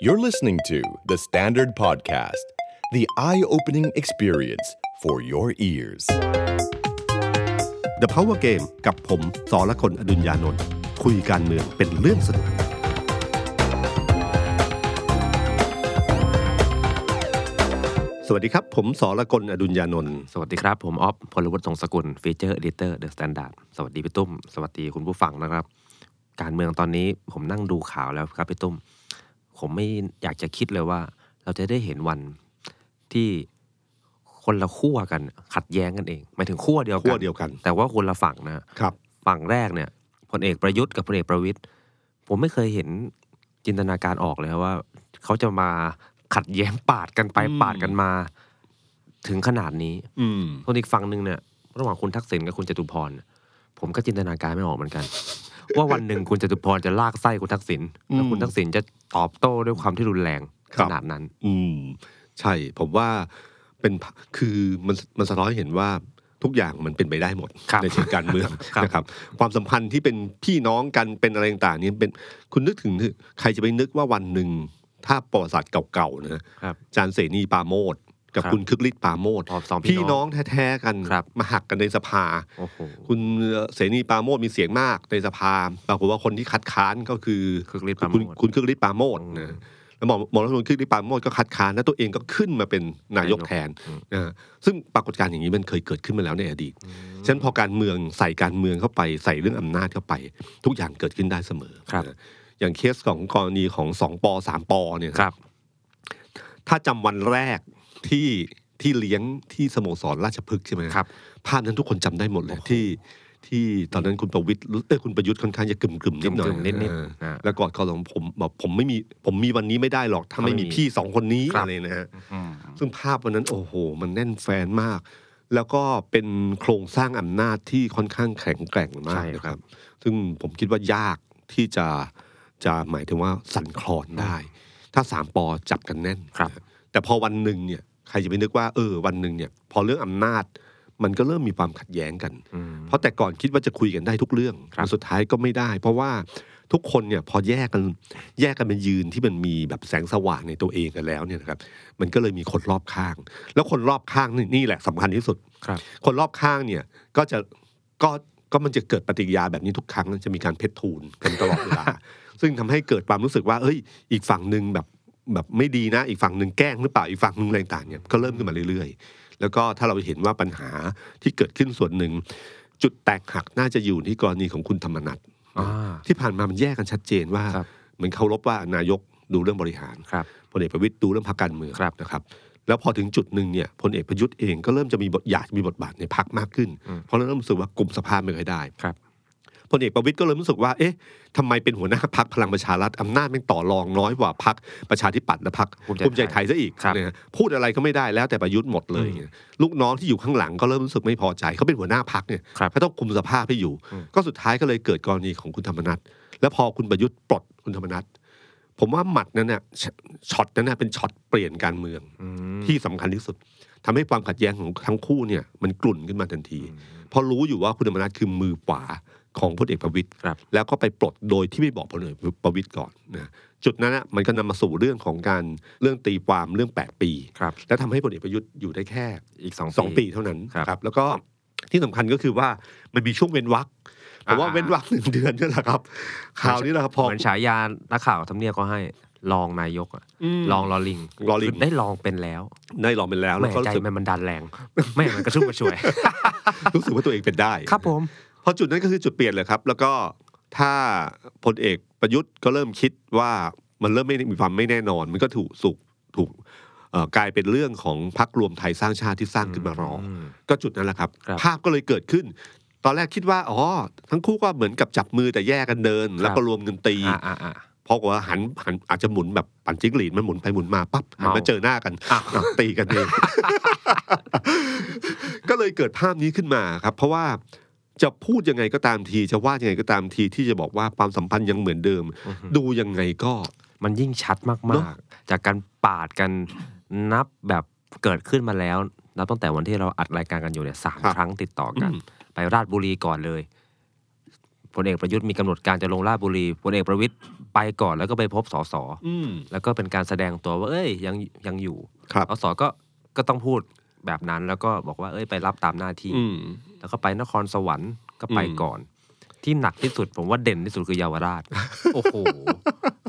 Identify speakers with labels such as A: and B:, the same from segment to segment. A: You're listening to The Standard Podcast, the eye opening experience for your ears.
B: The Power Game กับผมสอละคนอดุญญานนท์คุยการเมืองเป็นเรื่องสนุก สวัสดีครับ ผมสอละคนอดุญญานนท์
C: สวัสดีครับ ผมออฟพลวัตสงสกุลฟีเจอร์เอดิเตอร์เดอะสแตนดาร์ดสวัสดีพี่ตุ้ม สวัสดีคุณผู้ฟังนะครับ การเมืองตอนนี้ผมนั่งดูข่าวแล้วครับพี่ตุ้ม ผมไม่อยากจะคิดเลยว่า เราจะได้เห็นวันที่คนละขั้วกันขัดแย้งกันเองหมายถึงขั้วเดียวกัน
B: ขั้วเดียวกัน
C: แต่ว่าคนละฝั่งนะฮะ
B: ครับ
C: ฝั่งแรกเนี่ยพลเอกประยุทธ์กับพลเอกประวิตยผมไม่เคยเห็นจินตนาการออกเลยว่า เขาจะมาขัดแย้งปาดกันไป
B: อืม
C: ปาดกันมา ถึงขนาดนี้
B: อืม
C: ส่วนอีกฝั่งหนึ่งเนี่ยระหว่างคุณทักษิณกับคุณจตุพรเนี่ยผมก็จินตนาการไม่ออกเหมือนกัน ว่าวันหนึ่งคุณจตุพรจะลากไส้คุณทักษิณแล้วคุณทักษิณจะตอบโต้ด้วยความที่รุนแรง
B: ค
C: ข
B: รับ
C: นาดนั้น
B: อืม ใช่ ผมว่าเป็นคือมันมันสะท้อนให้เห็นว่าทุกอย่างมันเป็นไปได้หมด
C: ครับ
B: ในเชิงการเมือง
C: ครับ
B: นะครับ ความสัมพันธ์ที่เป็นพี่น้องกันเป็นอะไรต่างๆเนี่ยเป็นคุณนึกถึงใครจะไปนึกว่าวันหนึ่งถ้าประวัติศาสตร์เก่าๆนะ
C: ครับ
B: อาจารย์เสนีปราโมดกับ
C: ครับ
B: คุณคึกฤทธิ์ปราโมด
C: พอสอง
B: พี่
C: พี่น้
B: น้
C: อ
B: อง งแท้ๆกัน
C: ครับ
B: มาหักกันในสภา
C: โอ้โห
B: คุณเสนีปราโมดมีเสียงมากในสภาปรากฏว่าคนที่คัดค้านก็คือ
C: คือฤทธิ์ปราโม
B: คุณ
C: ทย์
B: คุณคึกฤทธิ์ปราโมดนะแล้วหมอหมอรัฐมนตรีคึกฤทธิ์ปราโมดก็คัดค้านแล้วตัวเองก็ขึ้นมาเป็นนายก
C: นายก
B: แทน
C: อืม
B: นะฮะซึ่งปรากฏการณ์อย่างนี้มันเคยเกิดขึ้นมาแล้วในอดีต
C: อืม
B: ฉะนันพอการเมืองใส่การเมืองเข้าไปใส่เรื่องอำนาจเข้าไป ทุกอย่างเกิดขึ้นได้เสมอ
C: ครับ
B: นะอย่างเคสของกรณีของสองปสามปเนี่ย
C: ครับ
B: ถ้าจำวันแรกที่ที่เลี้ยงที่สโมสรราชพฤกษ์ใช่ไหม
C: ครับ
B: ภาพนั้นทุกคนจำได้หมดเลย
C: โอ้โห
B: ที่ที่ตอนนั้นคุณประวิทย์เอยคุณประยุทธ์ค่อนข้างจะกึ่มกึ่มๆนิดหน่อย
C: กึ่มๆนิดนิด
B: เออ
C: นะ
B: แล้วกอดคอของผมบอกผมไม่มีผมมีวันนี้ไม่ได้หรอกถ้าไม่มี
C: ถ้าไม่มี
B: พี่สองคนนี้
C: ครับ
B: อะไรนะฮะซึ่งภาพวันนั้นโอ้โห มันแน่นแฟนมาก แล้วก็เป็นโครงสร้างอำนาจที่ค่อนข้างแข็งแกร่งมากนะครับ ซึ่งผมคิดว่ายากที่จะจะหมายถึงว่าสั่นคลอนได้ ถ้าสามปอจับกันแน่น
C: ครับ
B: แต่พอวันหนึ่งเนี่ยใครจะไปนึกว่าเออวันหนึ่งเนี่ยพอเรื่องอำนาจ มันก็เริ่มมีความขัดแย้งกัน
C: อืม
B: เพราะแต่ก่อนคิดว่าจะคุยกันได้ทุกเรื่อง
C: ครับ
B: แต่สุดท้ายก็ไม่ได้ เพราะว่าทุกคนเนี่ยพอแยกกันแยกกันเป็นยืนที่มันมีแบบแสงสว่างในตัวเองกันแล้วเนี่ยนะครับมันก็เลยมีคนรอบข้าง แล้วคนรอบข้างนี่นี่แหละสำคัญที่สุด
C: ครับ
B: คนรอบข้างเนี่ยก็จะก็ก็มันจะเกิดปฏิกิริยาแบบนี้ทุกครั้งจะมีการเพชรทูลกันตลอดเวลา ซึ่งทำให้เกิดความรู้สึกว่า เอ้ย อีกฝั่งหนึ่งแบบแบบไม่ดีนะ อีกฝั่งหนึ่งแกล้งหรือเปล่าอีกฝั่งหนึ่งอะไรต่างเนี่ยก็เริ่มขึ้นมาเรื่อยๆ แล้วก็ถ้าเราเห็นว่าปัญหาที่เกิดขึ้นส่วนหนึ่ง จุดแตกหักน่าจะอยู่ที่กรณีของคุณธรรมนัท
C: อ่า
B: ที่ผ่านมามันแยกกันชัดเจนว่า
C: ครับ
B: เหมือนเคารพว่านายกดูเรื่องบริหาร
C: ครับ
B: พลเอกประวิตยดูเรื่องพรรคการเมือง
C: ครับ
B: นะครับ แล้วพอถึงจุดหนึ่งเนี่ยพลเอกประยุทธ์เองก็เริ่มจะมีบทอยากมีบทบาทในพรรคมากขึ้น
C: อืม
B: เพราะเริ่มรู้สึกว่ากลุ่มสภาไม่ค่อยได้
C: ครับ
B: พลเอกประวิตยก็เริ่มรู้สึกว่าเอ๊ะทำไมเป็นหัวหน้าพรรคพลังประชารัฐอำนาจแม่งต่อรองน้อยกว่าพรรคประชาธิปัตย์และพรรคภูมิใจไทยซะอีก
C: ครับ
B: นะฮะพูดอะไรก็ไม่ได้แล้วแต่ประยุทธ์หมดเลยเนี่ยลูกน้องที่อยู่ข้างหลังก็เริ่มรู้สึกไม่พอใจเขาเป็นหัวหน้าพรรคเนี่ย
C: ครับ
B: เขาต้องคุมสภาพให้อยู่
C: อืม
B: ก็สุดท้ายก็เลยเกิดกรณีของคุณธรรมนัฐแล้วพอคุณประยุทธ์ปลดคุณธรรมนัฐ ผมว่าหมัดนั้นน่ะชช็อตนั้นน่ะเป็นช็อตเปลี่ยนการเมือง
C: อืม
B: ที่สำคัญที่สุดทำให้ความขัดแย้งของทั้งคู่เนี่ยมันกลุ่นขึ้นมาทันที เพราะรู้อยู่ว่าคุณธรรมนัฐคือมือขวาของพลเอกประวิตย
C: ครับ
B: แล้วก็ไปปลดโดยที่ไม่บอกพลเอกประวิตยก่อนนะจุดนั้นน่ะมันก็นำมาสู่เรื่องของการเรื่องตีความเรื่อง 8 ปี
C: ครับ
B: และทำให้พลเอกประยุทธ์อยู่ได้แค่
C: อีกสอง
B: สองปีเท่านั้น
C: ครับ
B: ครับ แล้วก็ที่สำคัญก็คือว่ามันมีช่วงเว้นวักผ
C: อ่า
B: มว่าเว้นวักหนึ่งเดือนนี่แหละครับข่าวนี้แหละครับพอ
C: เหมือนฉายานักข่าวทำเนียบก็ให้รองนายกอะรองลอลิง
B: ลอลิง
C: ได้ลองเป็นแล้ว
B: ได้ลองเป็นแล้ว
C: แห
B: แล้
C: ม่
B: วก็
C: ใจ
B: รู้สึก
C: มันมันดันแรงแหม่มันกระชุ่มกระ ชวย
B: รู้สึกว่าตัวเองเป็นได้
C: ครับผม
B: เพอจุดนั้นก็คือจุดเปลี่ยนเลยครับ แล้วก็ถ้าพลเอกประยุทธ์ก็เริ่มคิดว่ามันเริ่มไม่มีความไม่แน่นอน มันก็ถูกสุกถูกเอ่อกลายเป็นเรื่องของพักรวมไทยสร้างชาติที่สร้างขึ้นมารออ
C: ม
B: ก็จุดนั้นแหละครับ
C: ครับ
B: ภาพก็เลยเกิดขึ้น ตอนแรกคิดว่าอ๋อทั้งคู่ก็เหมือนกับจับมือแต่แยกกันเดิน แล้ว
C: ครั
B: ก็
C: บ
B: รวมกันตี
C: อ่าอ่าอ่า
B: เพราะว่าหันหันอาจจะหมุนแบบปั่นจิ้งหรีดมันหมุนไปหมุนมาปั๊บหันมา
C: เมา
B: เจอหน้ากัน
C: อ้าว
B: อ้าวตีกันเอง ก็เลยเกิดภาพนี้ขึ้นมาครับ เพราะว่าจะพูดยังไงก็ตามที จะว่ายังไงก็ตามทีที่จะบอกว่าความสัมพันธ์ยังเหมือนเดิม ดูยังไงก็
C: มันยิ่งชัดมา
B: เนอะ
C: กๆ จากการปาดกันนับแบบเกิดขึ้นมาแล้ว นับตั้งแต่วันที่เราอัดรายการกันอยู่เนี่ยสามครั้งติดต่อกัน ไปราชบุรีก่อนเลย พลเอกประยุทธ์มีกำหนดการจะลงราชบุรีพลเอกประวิตยไปก่อนแล้วก็ไปพบสส
B: อืม
C: แล้วก็เป็นการแสดงตัวว่าเอ้ยยังยังอยู่
B: ครับ
C: สสก็ก็ต้องพูดแบบนั้นแล้วก็บอกว่าเอ้ยไปรับตามหน้าที่
B: อืม
C: แล้วก็ไปนครสวรรค์ก็ไป
B: อืม
C: ก่อน ที่หนักที่สุดผมว่าเด่นที่สุดคือเยาวราช โอ้โห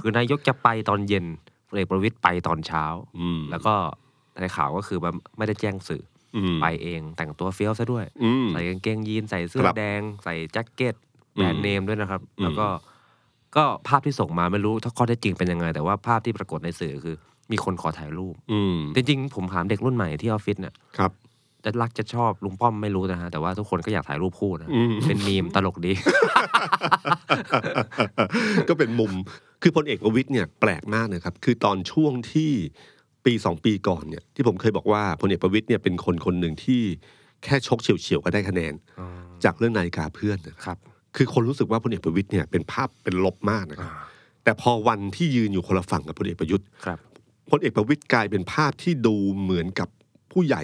C: คือนายกจะไปตอนเย็นพลเอกประวิตยไปตอนเช้า
B: อืม
C: แล้วก็ในข่าวก็คือแบบไม่ได้แจ้งสื่อ
B: อืม
C: อไปเองแต่งตัวเฟี้ยวซะด้วย
B: อืม
C: ใส่กางเกงยีนใส่เสื้อ
B: ครับ
C: แดง ใส่แจ็คเก็ต
B: อืม
C: แบรนด์เนมด้วยนะครับ
B: อืม
C: แล้วก็ก็ภาพที่ส่งมาไม่รู้ถ้าข้อเท็จจริงเป็นยังไง แต่ว่าภาพที่ปรากฏในสื่อคือ มีคนขอถ่ายรูป
B: อืม
C: จริงๆ ผมถามเด็กรุ่นใหม่ที่ออฟฟิศเนี่ย
B: ครับ
C: จะรักจะชอบลุงป้อมไม่รู้นะฮะแต่ว่าทุกคนก็อยากถ่ายรูปคู่นะ
B: อืม
C: เป็นมีมตลกดี
B: ก็เป็นมุม คือพลเอกประวิตยเนี่ยแปลกมากนะครับ คือตอนช่วงที่ปีสองปีก่อนเนี่ยที่ผมเคยบอกว่าพลเอกประวิตยเนี่ยเป็นคนคนหนึ่งที่แค่ชกเฉียวๆก็ได้คะแนน จากเรื่องนาฬิกาเพื่อนนะครับ คือคนรู้สึกว่าพลเอกประวิตยเนี่ยเป็นภาพเป็นลบมากนะครับ แต่พอวันที่ยืนอยู่คนละฝั่งกับพลเอกประยุทธ์
C: ครับ
B: พลเอกประวิตยกลายเป็นภาพที่ดูเหมือนกับผู้ใหญ่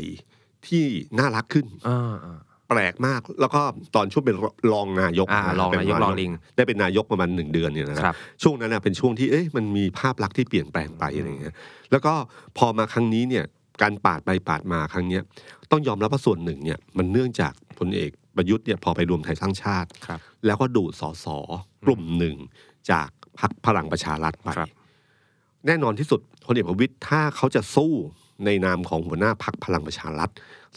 B: ที่น่ารักขึ้น
C: อ่าอ่า
B: แปลกมาก แล้วก็ตอนช่วงเป็นรองนายก
C: อ่า
B: ะ
C: รอง
B: เป็
C: นายกรอลิง
B: ได้เป็นนายกประมาณหนึ่งเดือนเนี่ยนะค
C: ครับ รับ
B: ช่วงนั้นนะเป็นช่วงที่เอ๊ะมันมีภาพลักษณ์ที่เปลี่ยนแปลงไปอะไรอย่างเงี้ยแล้วก็พอมาครั้งนี้เนี่ยการปาดไปปาดมาครั้งเนี้ยต้องยอมรับว่าส่วนหนึ่งเนี่ยมันเนื่องจากพลเอกประยุทธ์เนี่ยพอไปรวมไทยสร้างชาติ
C: ครับ
B: แล้วก็ดูดสสกลุ่มหนึ่งจากพรรคพลังประชารัฐไป
C: ครับ
B: แน่นอนที่สุดพลเอกประวิตยถ้าเขาจะสู้ในนามของหัวหน้าพรรคพลังประชารัฐ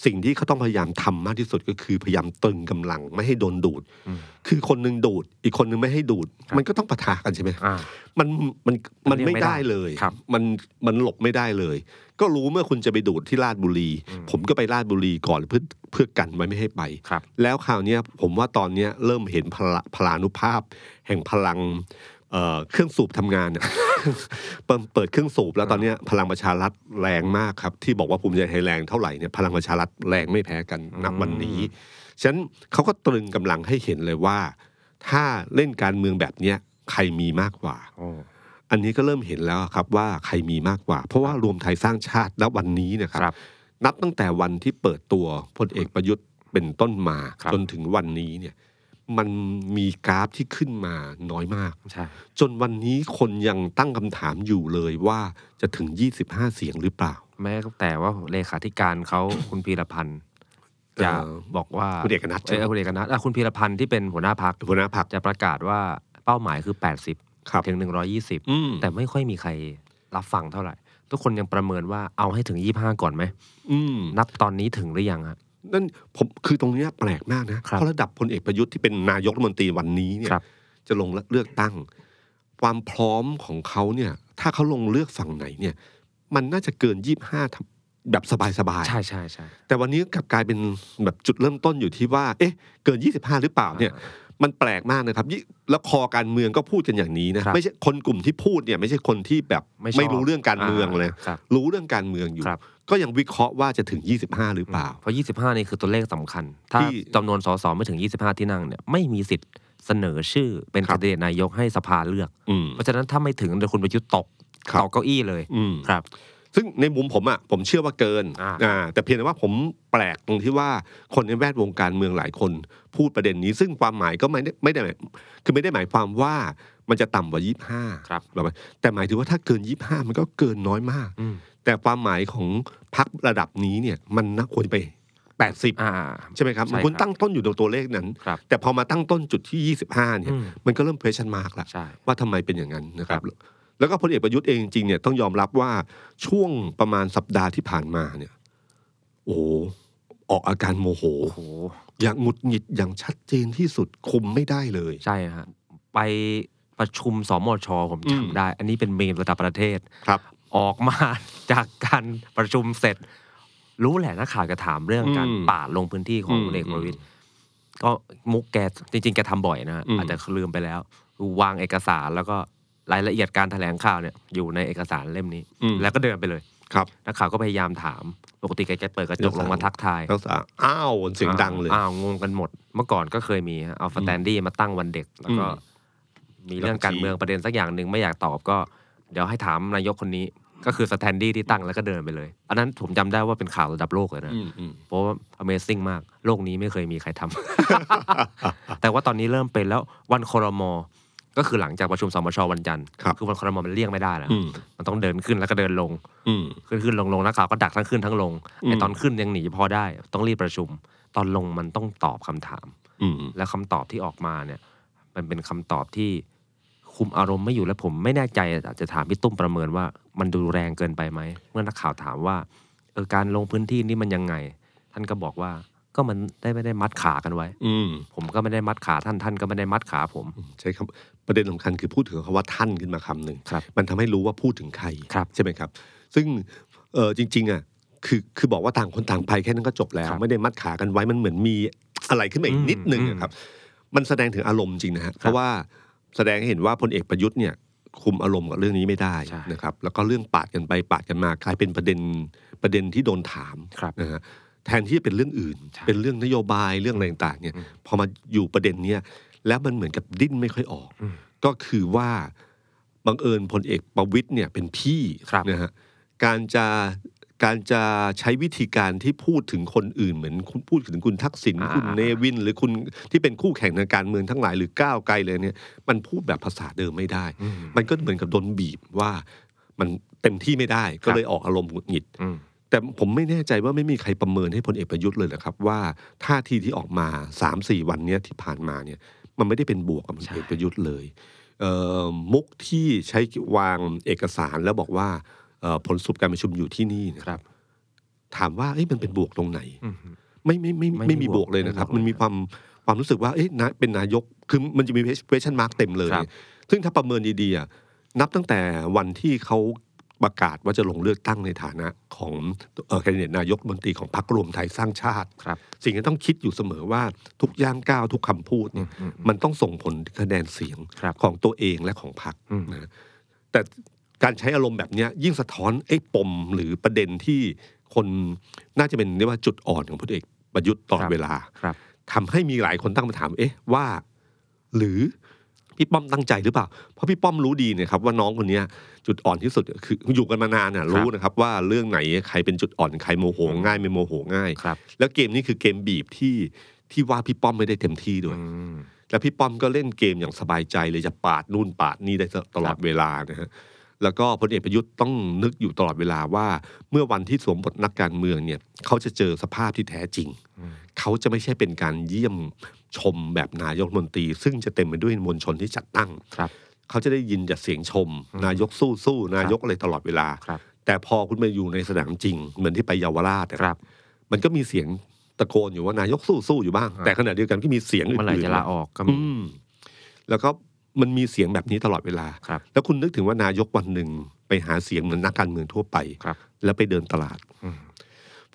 B: สิ่งที่เขาต้องพยายามทำมากที่สุดก็คือพยายามตรึงกำลังไม่ให้โดนดูด
C: อืม
B: คือคนหนึ่งดูด อีกคนหนึ่งไม่ให้ดูด
C: ครับ
B: มันก็ต้องปะทะกันใช่ไหม
C: อ่า
B: มันมัน
C: มั
B: มัน น
C: เลี่ยง
B: ไม่
C: ไม่ได้
B: ได้เลย
C: ครับ
B: มันมันหลบไม่ได้เลย ก็รู้เมื่อคุณจะไปดูดที่ราชบุรี
C: อืม
B: ผมก็ไปราชบุรีก่อนเพื่อเพื่อกันไว้ไม่ให้ไป
C: ครับ
B: แล้วคราวเนี้ยผมว่าตอนเนี้ยเริ่มเห็นพละพลานุภาพ แห่งพลังเอ่อเครื่องสูบทำงานน่ะ เปิดเปิดเครื่องสูบแล้วตอนเนี้ยพลังประชารัฐแรงมากครับที่บอกว่าภูมิใจไทยแรงเท่าไหร่เนี่ยพลังประชารัฐแรงไม่แพ้กันนับวันนี้ ฉะนั้นเขาก็ตรึงกำลังให้เห็นเลยว่า ถ้าเล่นการเมืองแบบเนี้ยใครมีมากกว่า
C: โอ้
B: อันนี้ก็เริ่มเห็นแล้วครับว่าใครมีมากกว่า เพราะว่ารวมไทยสร้างชาติณวันนี้เนะครับ
C: ครับ
B: นับตั้งแต่วันที่เปิดตัวพลเอกประยุทธ์เป็นต้นมา
C: ครับ
B: จนถึงวันนี้เนี่ยมันมีกราฟที่ขึ้นมาน้อยมาก
C: ใช่
B: จนวันนี้คนยังตั้งคำถามอยู่เลยว่าจะถึง 25 เสียงหรือเปล่า
C: แม้แต่ว่าเลขาธิการเขา คุณพีรพันธ์จะ
B: เอ่อ
C: บอกว่า
B: คุณเอกนัทใช่ไหม
C: เออคุณเอกนัทอ่ะคุณพีรพันธ์ที่เป็นหัวหน้าพัก
B: หัวหน้าพัก
C: จะประกาศว่าเป้าหมายคือ 80
B: ครับ
C: ถึง 120
B: อืม
C: แต่ไม่ค่อยมีใครรับฟังเท่าไหร่ ทุกคนยังประเมินว่าเอาให้ถึง 25 ก่อนไหม
B: อืม
C: นับตอนนี้ถึงหรือยังฮะ
B: นั่นผมคือตรงเนี้ยแปลกมากนะครับ เพราะระดับพลเอกประยุทธ์ที่เป็นนายกรัฐมนตรีวันนี้เนี่ย
C: ครับ
B: จะลงเลือกตั้ง ความพร้อมของเขาเนี่ย ถ้าเขาลงเลือกฝั่งไหนเนี่ย มันน่าจะเกินยี่บห้าแบบสบาย
C: ใช่ใช่ใช่
B: ๆแต่วันนี้กลับกลายเป็นแบบจุดเริ่มต้นอยู่ที่ว่า เอ๊ะ เกิน 25 หรือเปล่าเนี่ย มันแปลกมากนะครับยิ่งแล้วคอการเมืองก็พูดกันอย่างนี้นะครับไม่ใช่คนกลุ่มที่พูดเนี่ย ไม่ใช่คนที่แบบ
C: ไม่ชอบ
B: รู้เรื่องการเมืองเลย
C: ครับ
B: รู้เรื่องการเมืองอยู่
C: ครับ
B: ก็ยังวิเคราะห์ว่าจะถึง 25 หรือเปล่า
C: เพราะ 25 นี่คือตัวเลขสำคัญ ถ้า
B: ที่
C: จำนวนสสไม่ถึง 25 ที่นั่งเนี่ยไม่มีสิทธิ์เสนอชื่อเป็น
B: ครั
C: แคน
B: บ
C: ดิเดตนายกให้สภาเลือก
B: อืม
C: เพราะฉะนั้นถ้าไม่ถึงเดี๋ยวคุณประยุทธ์ตก
B: ครับ
C: ตกเก้าอี้เลย
B: อืม
C: ครับ
B: ซึ่งในมุมผมอะ่ะผมเชื่อว่าเกิน
C: อ่า
B: อ่าแต่เพียงแต่ว่าผมแปลกตรงที่ว่าคนในแวดวงการเมืองหลายคนพูดประเด็นนี้ ซึ่งความหมายก็ไม่ได้ไม่ได้หมายคือไม่ได้หมายความว่ามันจะต่ำกว่า 25
C: ครับ
B: หรอกมั้ยแต่หมายถึงว่าถ้าเกิน 25 มันก็เกินน้อยมาก
C: อืม
B: แต่ความหมายของพักระดับนี้เนี่ยมันน่าควรไป 80
C: อ่า
B: ใช่ไหมครับ
C: ใช่
B: มันควร
C: ครับ
B: ตั้งต้นอยู่ตรงตัวเลขนั้น
C: ครับ
B: แต่พอมาตั้งต้นจุดที่ 25เนี่ย
C: อืม
B: มันก็เริ่มเพรสชันมากละ
C: ใช่
B: ว่าทำไมเป็นอย่างนั้นนะครับ แล้วก็พลเอกประยุทธ์เองจริงๆเนี่ยต้องยอมรับว่าช่วงประมาณสัปดาห์ที่ผ่านมาเนี่ย โอ้โหออกอาการโมโห
C: โอ้โห
B: อย่างหงุดหงิดอย่างชัดเจนที่สุดคุมไม่ได้เลย
C: ใช่ฮะไปประชุมสมชผม
B: อืม
C: จำได้ อันนี้เป็นเมมระดับประเทศ
B: ครับ
C: ออกมา จากการประชุมเสร็จ รู้แหละนักข่าวจะถามเรื่องการ
B: อืม
C: ป่าดลงพื้นที่ของ
B: อืม
C: พลเอกประวิตยก็มุกแกจริงๆ แกทำบ่อยนะฮะ
B: อืม
C: อาจจะลืมไปแล้ววางเอกสารแล้วก็รายละเอียดการแถลงข่าวเนี่ยอยู่ในเอกสารเล่มนี้
B: อืม
C: แล้วก็เดินไปเลย
B: ครับ
C: นักข่าวก็พยายามถาม ปกติแกจะเปิดกระจก
B: เดี๋ยว
C: ล
B: สั่ง
C: งมาทักทาย
B: แล้วสาอ้าวเสียงดังเลย
C: อ้าวงงกันหมด เมื่อก่อนก็เคยมีฮะเอาสแตนดี้มาตั้งวันเด็ก แล้วก็
B: อืม
C: มีเรื่องการเมืองประเด็นสักอย่างหนึ่งไม่อยากตอบก็ เดี๋ยวให้ถามนายกคนนี้ ก็คือสแตนดี้ที่ตั้งแล้วก็เดินไปเลย อันนั้นผมจำได้ว่าเป็นข่าวระดับโลกเลยนะ
B: อืมอืม
C: เพราะว่า Amazing มาก โลกนี้ไม่เคยมีใครทำ แต่ว่าตอนนี้เริ่มเป็นแล้ววันคอรมอก็คือหลังจากประชุมสมชวันจันทร์
B: ครับ
C: คือวันคอรมอมันเลี่ยงไม่ได้แล้ว
B: อืม
C: มันต้องเดินขึ้นแล้วก็เดินลง
B: อืม
C: ขึ้นขึ้นลงลงนักข่าวก็ดักทั้งขึ้นทั้งลง
B: อืม
C: ไอตอนขึ้นยังหนีพอได้ ต้องรีบประชุม ตอนลงมันต้องตอบคำถาม
B: อืม
C: แล้วคำตอบที่ออกมาเนี่ย มันเป็นคำตอบที่คุมอารมณ์ไม่อยู่แล้วผมไม่แน่ใจอาจจะถามพี่ตุ้มประเมินว่ามันดูแรงเกินไปไหมเมื่อนักข่าวถามว่าเออการลงพื้นที่นี่มันยังไง ท่านก็บอกว่าก็มันได้ไม่ได้มัดขากันไว้
B: อืม
C: ผมก็ไม่ได้มัดขาท่านท่านก็ไม่ได้มัดขาผม
B: ใช้คำประเด็นสำคัญคือพูดถึงคำว่าท่านขึ้นมาคำหนึ่ง
C: ครับ
B: มันทำให้รู้ว่าพูดถึงใคร
C: ครับ
B: ใช่ไหมครับ ซึ่งเออจริง ๆอ่ะคือคือบอกว่าต่างคนต่างไปแค่นั้นก็จบแล้ว
C: ครับ
B: ไม่ได้มัดขากันไว้มันเหมือนมีอะไรขึ้นมาอี
C: อื
B: ก
C: ม
B: นิดนึง
C: อืม
B: อะครับ มันแสดงถึงอารมณ์จริงนะฮะเพราะว่าแสดงให้เห็นว่าพลเอกประยุทธ์เนี่ย คุมอารมณ์กับเรื่องนี้ไม่ได้
C: ใช่
B: นะครับ แล้วก็เรื่องปาดกันไปปาดกันมากลายเป็นประเด็นประเด็นที่โดนถาม
C: ครับ
B: นะฮะแทนที่จะเป็นเรื่องอื่น
C: ใช่
B: เป็นเรื่องนโยบายเรื่องอะไรต่างๆเนี่ย
C: อืม
B: พอมาอยู่ประเด็นเนี้ยแล้วมันเหมือนกับดิ้นไม่ค่อยออก
C: อืม
B: ก็คือว่า บังเอิญพลเอกประวิตยเนี่ยเป็นพี่
C: ครับ
B: นะฮะการจะการจะใช้วิธีการที่พูดถึงคนอื่นเหมือนคุณพูดถึงคุณทักษิณ
C: อ่า
B: คุณเนวิน หรือคุณที่เป็นคู่แข่งทางการเมืองทั้งหลายหรือก้าวไกลเลยเนี่ย มันพูดแบบภาษาเดิมไม่ได้
C: อืม
B: มันก็เหมือนกับโดนบีบว่ามันเต็มที่ไม่ได้ ก็เลยออกอารมณ์หงุดหงิด
C: อืม
B: แต่ผมไม่แน่ใจว่าไม่มีใครประเมินให้พลเอกประยุทธ์เลยนะครับ ว่าท่าทีที่ออกมา3าสี่วันเนี้ยที่ผ่านมาเนี่ยมันไม่ได้เป็นบวกกับพล
C: ใช่
B: เอกประยุทธ์เลยเอ่อมุกที่ใช้วางเอกสารแล้วบอกว่าเอ่อผลสรุปการประชุมอยู่ที่นี่เนย
C: ครับ
B: ถามว่าเอ้ยมันเป็นบวกตรงไหน
C: อืม
B: ไม่ไม่ไม่
C: ไม่
B: ไม่
C: มี
B: มี
C: บบ ว
B: ว
C: ก
B: กเลยนะครับ
C: ไม่มีบวก
B: มันมีความความรู้สึกว่าเอ๊ะนะเป็นนายกคือมันจะมี question mark เต็มเลย
C: ครับ
B: ซึ่งถ้าประเมินดีๆอะนับตั้งแต่วันที่เขาประกาศว่าจะลงเลือกตั้งในฐานะของแคนดิเดตนายกรัฐมนตรีของพรรครวมไทยสร้างชาติ
C: ครับ
B: สิ่งที่ต้องคิดอยู่เสมอว่าทุกย่างก้าวทุกคำพูด
C: อื
B: เนี่ย
C: มอืม
B: มันต้องส่งผลถึงคะแนนเสียง
C: ครับ
B: ของตัวเองและของพรรค
C: อืม
B: นะแต่การใช้อารมณ์แบบเนี้ยยิ่งสะท้อนไอ้ปมหรือประเด็นที่คนน่าจะเป็นเรียกว่าจุดอ่อนของพลเอกประยุทธ์ตลอดเวลา
C: ครับ
B: ทำให้มีหลายคนตั้งคำถาม เอ๊ะว่า หรือพี่ป้อมตั้งใจหรือเปล่า เพราะพี่ป้อมรู้ดีเนะครับว่าน้องคนเนี้ยจุดอ่อนที่สุดคืออยู่กันมานานน่ะรู้นะครับว่าเรื่องไหนใครเป็นจุดอ่อนใครโมโหง่ายไม่โมโหง่าย
C: ครับ
B: แล้วเกมนี้คือเกมบีบที่ที่ว่าพี่ป้อมไม่ได้เต็มที่ด้วย
C: อืม
B: แล้วพี่ป้อมก็เล่นเกมอย่างสบายใจเลยจะปาดนู่นปาดนี่ได้ตลอ
C: ครั
B: ด
C: บ
B: เวลานะฮะแล้วก็พลเอกประยุทธ์ต้องนึกอยู่ตลอดเวลาว่า เมื่อวันที่สวมบทนักการเมืองเนี่ยเขาจะเจอสภาพที่แท้จริง เขาจะไม่ใช่เป็นการเยี่ยมชมแบบนายกรัฐมนตรี ซึ่งจะเต็มไปด้วยมวลชนที่จัดตั้ง
C: ครับ
B: เขาจะได้ยินจากเสียงชม นายกสู้สู้นายกอะไรตลอดเวลา
C: ครับ
B: แต่พอคุณมาอยู่ในสนามจริง เหมือนที่ไปเยาวราชอะ
C: ครับ
B: มันก็มีเสียงตะโกนอยู่ว่านายกสู้สู้อยู่บ้าง
C: อ่า
B: แต่ขณะเดียวกันก็มีเสียงอื่น
C: เมื่อไหร่จะลาออกก็มี
B: อืมแล้วก็มันมีเสียงแบบนี้ตลอดเวลา
C: ครับ
B: แล้วคุณนึกถึงว่านายกวันหนึ่งไปหาเสียงเหมือนนักการเมืองทั่วไป
C: ครับ
B: แล้วไปเดินตลาด
C: อืม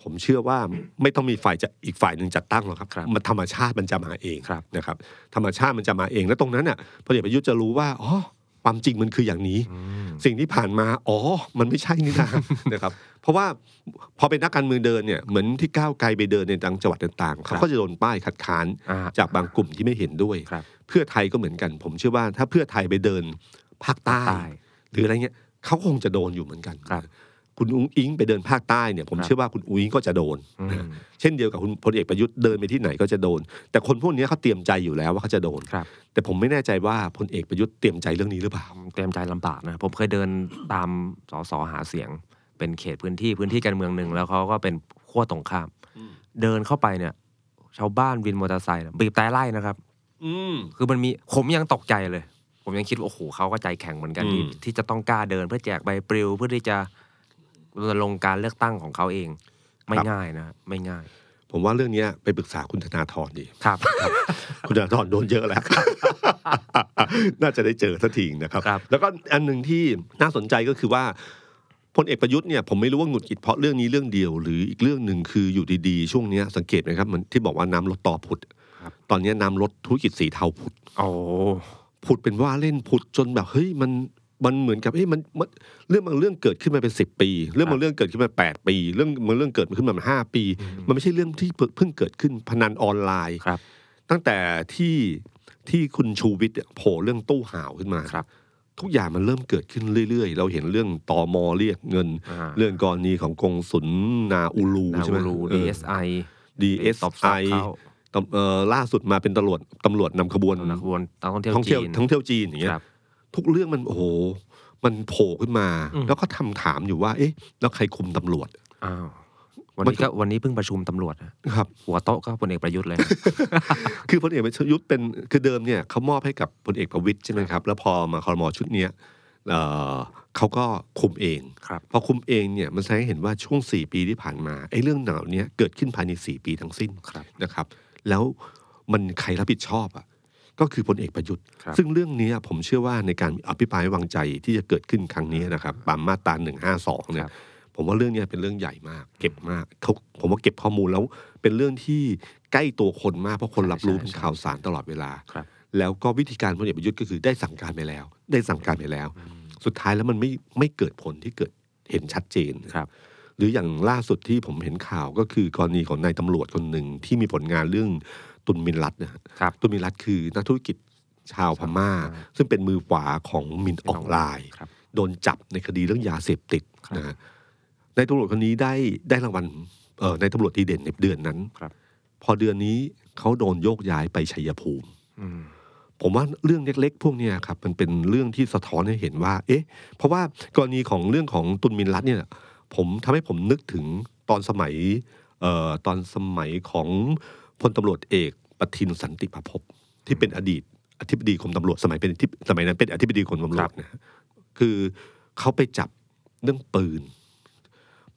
B: ผมเชื่อว่าไม่ต้องมีฝ่ายจะอีกฝ่ายหนึ่งจัดตั้งหรอกครับ
C: ครับ
B: มันธรรมชาติมันจะมาเอง
C: ครับ
B: นะครับ ธรรมชาติมันจะมาเองแล้วตรงนั้นน่ะพลเอกประยุทธ์จะรู้ว่าอ๋อความจริงมันคืออย่างนี้
C: อืม
B: สิ่งที่ผ่านมา อ๋อ มันไม่ใช่นี่นะ นะครับ เพราะว่าพอเป็นนักการเมืองเดินเนี่ย เหมือนที่ก้าวไกลไปเดินในต่างจังหวัดต่างๆ
C: ครั
B: เขา
C: บ
B: ก็จะโดนป้ายคัดค้าน
C: อ่า
B: จากบางกลุ่มที่ไม่เห็นด้วย
C: ครับ
B: เพื่อไทยก็เหมือนกัน ผมเชื่อว่าถ้าเพื่อไทยไปเดินภาคใต้
C: ใต้
B: หรืออะไรเงี้ยเขาคงจะโดนอยู่เหมือนกัน
C: ครับ
B: คุณอุ้งอิงไปเดินภาคใต้เนี่ย ผม
C: ครับ
B: เชื่อว่าคุณอุ้งอิงก็จะโดน
C: อืม
B: เช่นเดียวกับคุณพลเอกประยุทธ์เดินไปที่ไหนก็จะโดน แต่คนพวกเนี้ยเขาเตรียมใจอยู่แล้วว่าเขาจะโดน
C: ครับ
B: แต่ผมไม่แน่ใจว่าพลเอกประยุทธ์เตรียมใจเรื่องนี้หรือเปล่า
C: เตรียมใจลำบากนะ ผมเคยเดินตามสสหาเสียง เป็นเขตพื้นที่พื้นที่การเมืองหนึ่งแล้วเขาก็เป็นขั้วตรงข้าม
B: อืม
C: เดินเข้าไปเนี่ย ชาวบ้านวินมอเตอร์ไซค์น่ะบีบแต่ไล่นะครับ
B: อืม
C: คือมันมีผมยังตกใจเลย ผมยังคิดว่าโอ้โหเขาก็ใจแข็งเหมือนกันที่
B: อืม
C: ที่จะต้องกล้าเดินเพื่อแจกใบปลิวเพื่อที่จะรณรงค์การเลือกตั้งของเขาเอง ไม่ง่ายนะไม่ง่าย
B: ผมว่าเรื่องเนี้ยไปปรึกษาคุณธนาธรดี
C: ครับ
B: คุณธนาธรโดนเยอะแล้ว น่าจะได้เจอทักทีนะครับ
C: ครับ
B: แล้วก็อันหนึ่งที่น่าสนใจก็คือว่าพลเอกประยุทธ์เนี่ยผมไม่รู้ว่าหงุดหงิดเพราะเรื่องนี้เรื่องเดียว หรืออีกเรื่องหนึ่งคืออยู่ดีๆ ช่วงเนี้ยสังเกตไหมครับมันที่บอกว่าน้ำลดต่อผุด ตอนเนี้ยน้ำลดธุรกิจสีเทาผุด
C: โอ้โห
B: ผุดเป็นว่าเล่นผุดจนแบบเฮ้ยมันมันเหมือนกับเอ้ยมันมันเรื่องบางเรื่องเกิดขึ้นมาเป็นสิบปี เรื่องบางเรื่องเกิดขึ้นมาแปดปี เรื่องบางเรื่องเกิดขึ้นมาห้าปี มันไม่ใช่เรื่องที่เพิ่งเพิ่งเกิดขึ้นพนันออนไลน์
C: ครับ
B: ตั้งแต่ที่ที่คุณชูวิทย์เนี่ยโผล่เรื่องตู้ห่าวขึ้นมา
C: ครับ
B: ทุกอย่างมันเริ่มเกิดขึ้นเรื่อยๆ เราเห็นเรื่องตอมอเรียกเงิน
C: อ่า
B: เรื่องกรณีของกงสุลนาอูรู
C: นา
B: ใช่ไหม
C: รู
B: เออ
C: DSI ไป
B: DSI
C: ตบทราบเขา
B: ตำเอ่อล่าสุดมาเป็นตำรวจตำรวจนำขบวน
C: นักบวนนักท่องเที่ยว
B: ท่องเที่ยวน
C: จี
B: ท่องเที่ยวจีนอย่างเงี้
C: ค
B: ย
C: รับ
B: ทุกเรื่องมันโอ้โหมันโผล่ขึ้นมา
C: อืม
B: แล้วก็ทำถามอยู่ว่า เอ๊ะ แล้วใครคุมตำรวจ
C: อ้าววัน
B: มัน
C: นี้
B: ก็
C: ก็วันนี้เพิ่งประชุมตำรวจนะครับ หัวโต๊ะก็พลเอกประยุทธ์เลย
B: คือพลเอกประยุทธ์เป็นคือเดิมเนี่ยเขามอบให้กับพลเอกประวิตยใช่ไหมครับ แล้วพอมาคอรมอชุดเนี้ยเอ่อเขาก็คุมเอง
C: ครับ
B: พอคุมเองเนี่ยมันแสดงให้เห็นว่าช่วง 4 ปีที่ผ่านมาไอ้เรื่องเหล่านี้เกิดขึ้นภายใน 4 ปีทั้งสิ้น
C: ครับ
B: นะครับ แล้วมันใครรับผิดชอบอ่ะก็คือพลเอกประยุทธ์
C: ครับ
B: ซึ่งเรื่องเนี้ยผมเชื่อว่าในการอภิปรายไม่วางใจที่จะเกิดขึ้นครั้งนี้นะครับตามมาตรา152เนี่ย
C: ครับ
B: ผมว่าเรื่องเนี้ยเป็นเรื่องใหญ่มาก เก็บมากเขาผมว่าเก็บข้อมูลแล้วเป็นเรื่องที่ใกล้ตัวคนมากเพราะคนรับรู้
C: ใช่
B: เป็น
C: ใช่
B: ข่าวสารตลอดเวลา
C: ครับ
B: แล้วก็วิธีการพลเอกประยุทธ์ก็คือได้สั่งการไปแล้ว ได้สั่งการไปแล้ว สุดท้ายแล้วมันไม่ไม่เกิดผลที่เกิดเห็นชัดเจน
C: ครับ
B: หรืออย่างล่าสุดที่ผมเห็นข่าวก็คือกรณีของนายตำรวจคนหนึ่งที่มีผลงานเรื่องตุนมินรัตนะฮะ
C: ครับ
B: ตุนมินรัตคือนักธุรกิจชาวพม่า ซึ่งเป็นมือขวาของมินออนไลน์
C: ครับ
B: โดนจับในคดีเรื่องยาเสพติด
C: ครับ
B: นะฮะนายตำรวจคนนี้ได้ได้รางวัลเอ่อในายตำรวจดีเด่นในเดือนนั้น
C: ครับ
B: พอเดือนนี้เขาโดนโยกย้ายไปชัยภูมิ
C: อืม
B: ผมว่าเรื่องเล็กๆ พวกเนี้ยครับมันเป็นเรื่องที่สะท้อนให้เห็นว่า เอ๊ะ เพราะว่ากรณีของเรื่องของตุนมินรัตน์เนี่ยผมทำให้ผมนึกถึงตอนสมัยเอ่อตอนสมัยของพลตำรวจเอกปทินสันติประภพที่เป็นอดีตอธิบดีกรมตำรวจสมัยเป็นอธิบสมัยนั้นเป็นอธิบดีกรมตำร
C: ครั
B: วจ
C: บ
B: นะฮะคือเขาไปจับเรื่องปืน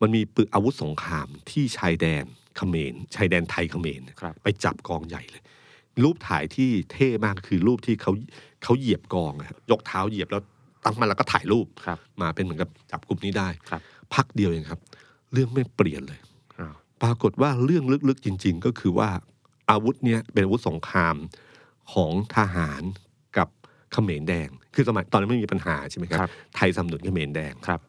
B: มันมีปืนอาวุธสงครามที่ชายแดนเขมรชายแดนไทยเขมร
C: ครับ
B: ไปจับกองใหญ่เลย รูปถ่ายที่เท่มากคือรูปที่เขาเขาเหยียบกองอะยกเท้าเหยียบแล้วตั้งมันแล้วก็ถ่ายรูป
C: ครับ
B: มาเป็นเหมือนกับจับกลุ่มนี้ได้
C: ครับ
B: พักเดียวเองครับ เรื่องไม่เปลี่ยนเลย
C: อ้าว
B: ปรากฏว่าเรื่องลึกๆจริง ๆ ก็คือว่าอาวุธเนี่ยเป็นอาวุธสงครามของทหารกับเขมรแดง คือสมัยตอนนั้นไม่มีปัญหาใช่ไหมครับ
C: ครับ
B: ไทยสนับสนุนเขมรแดง
C: ครับ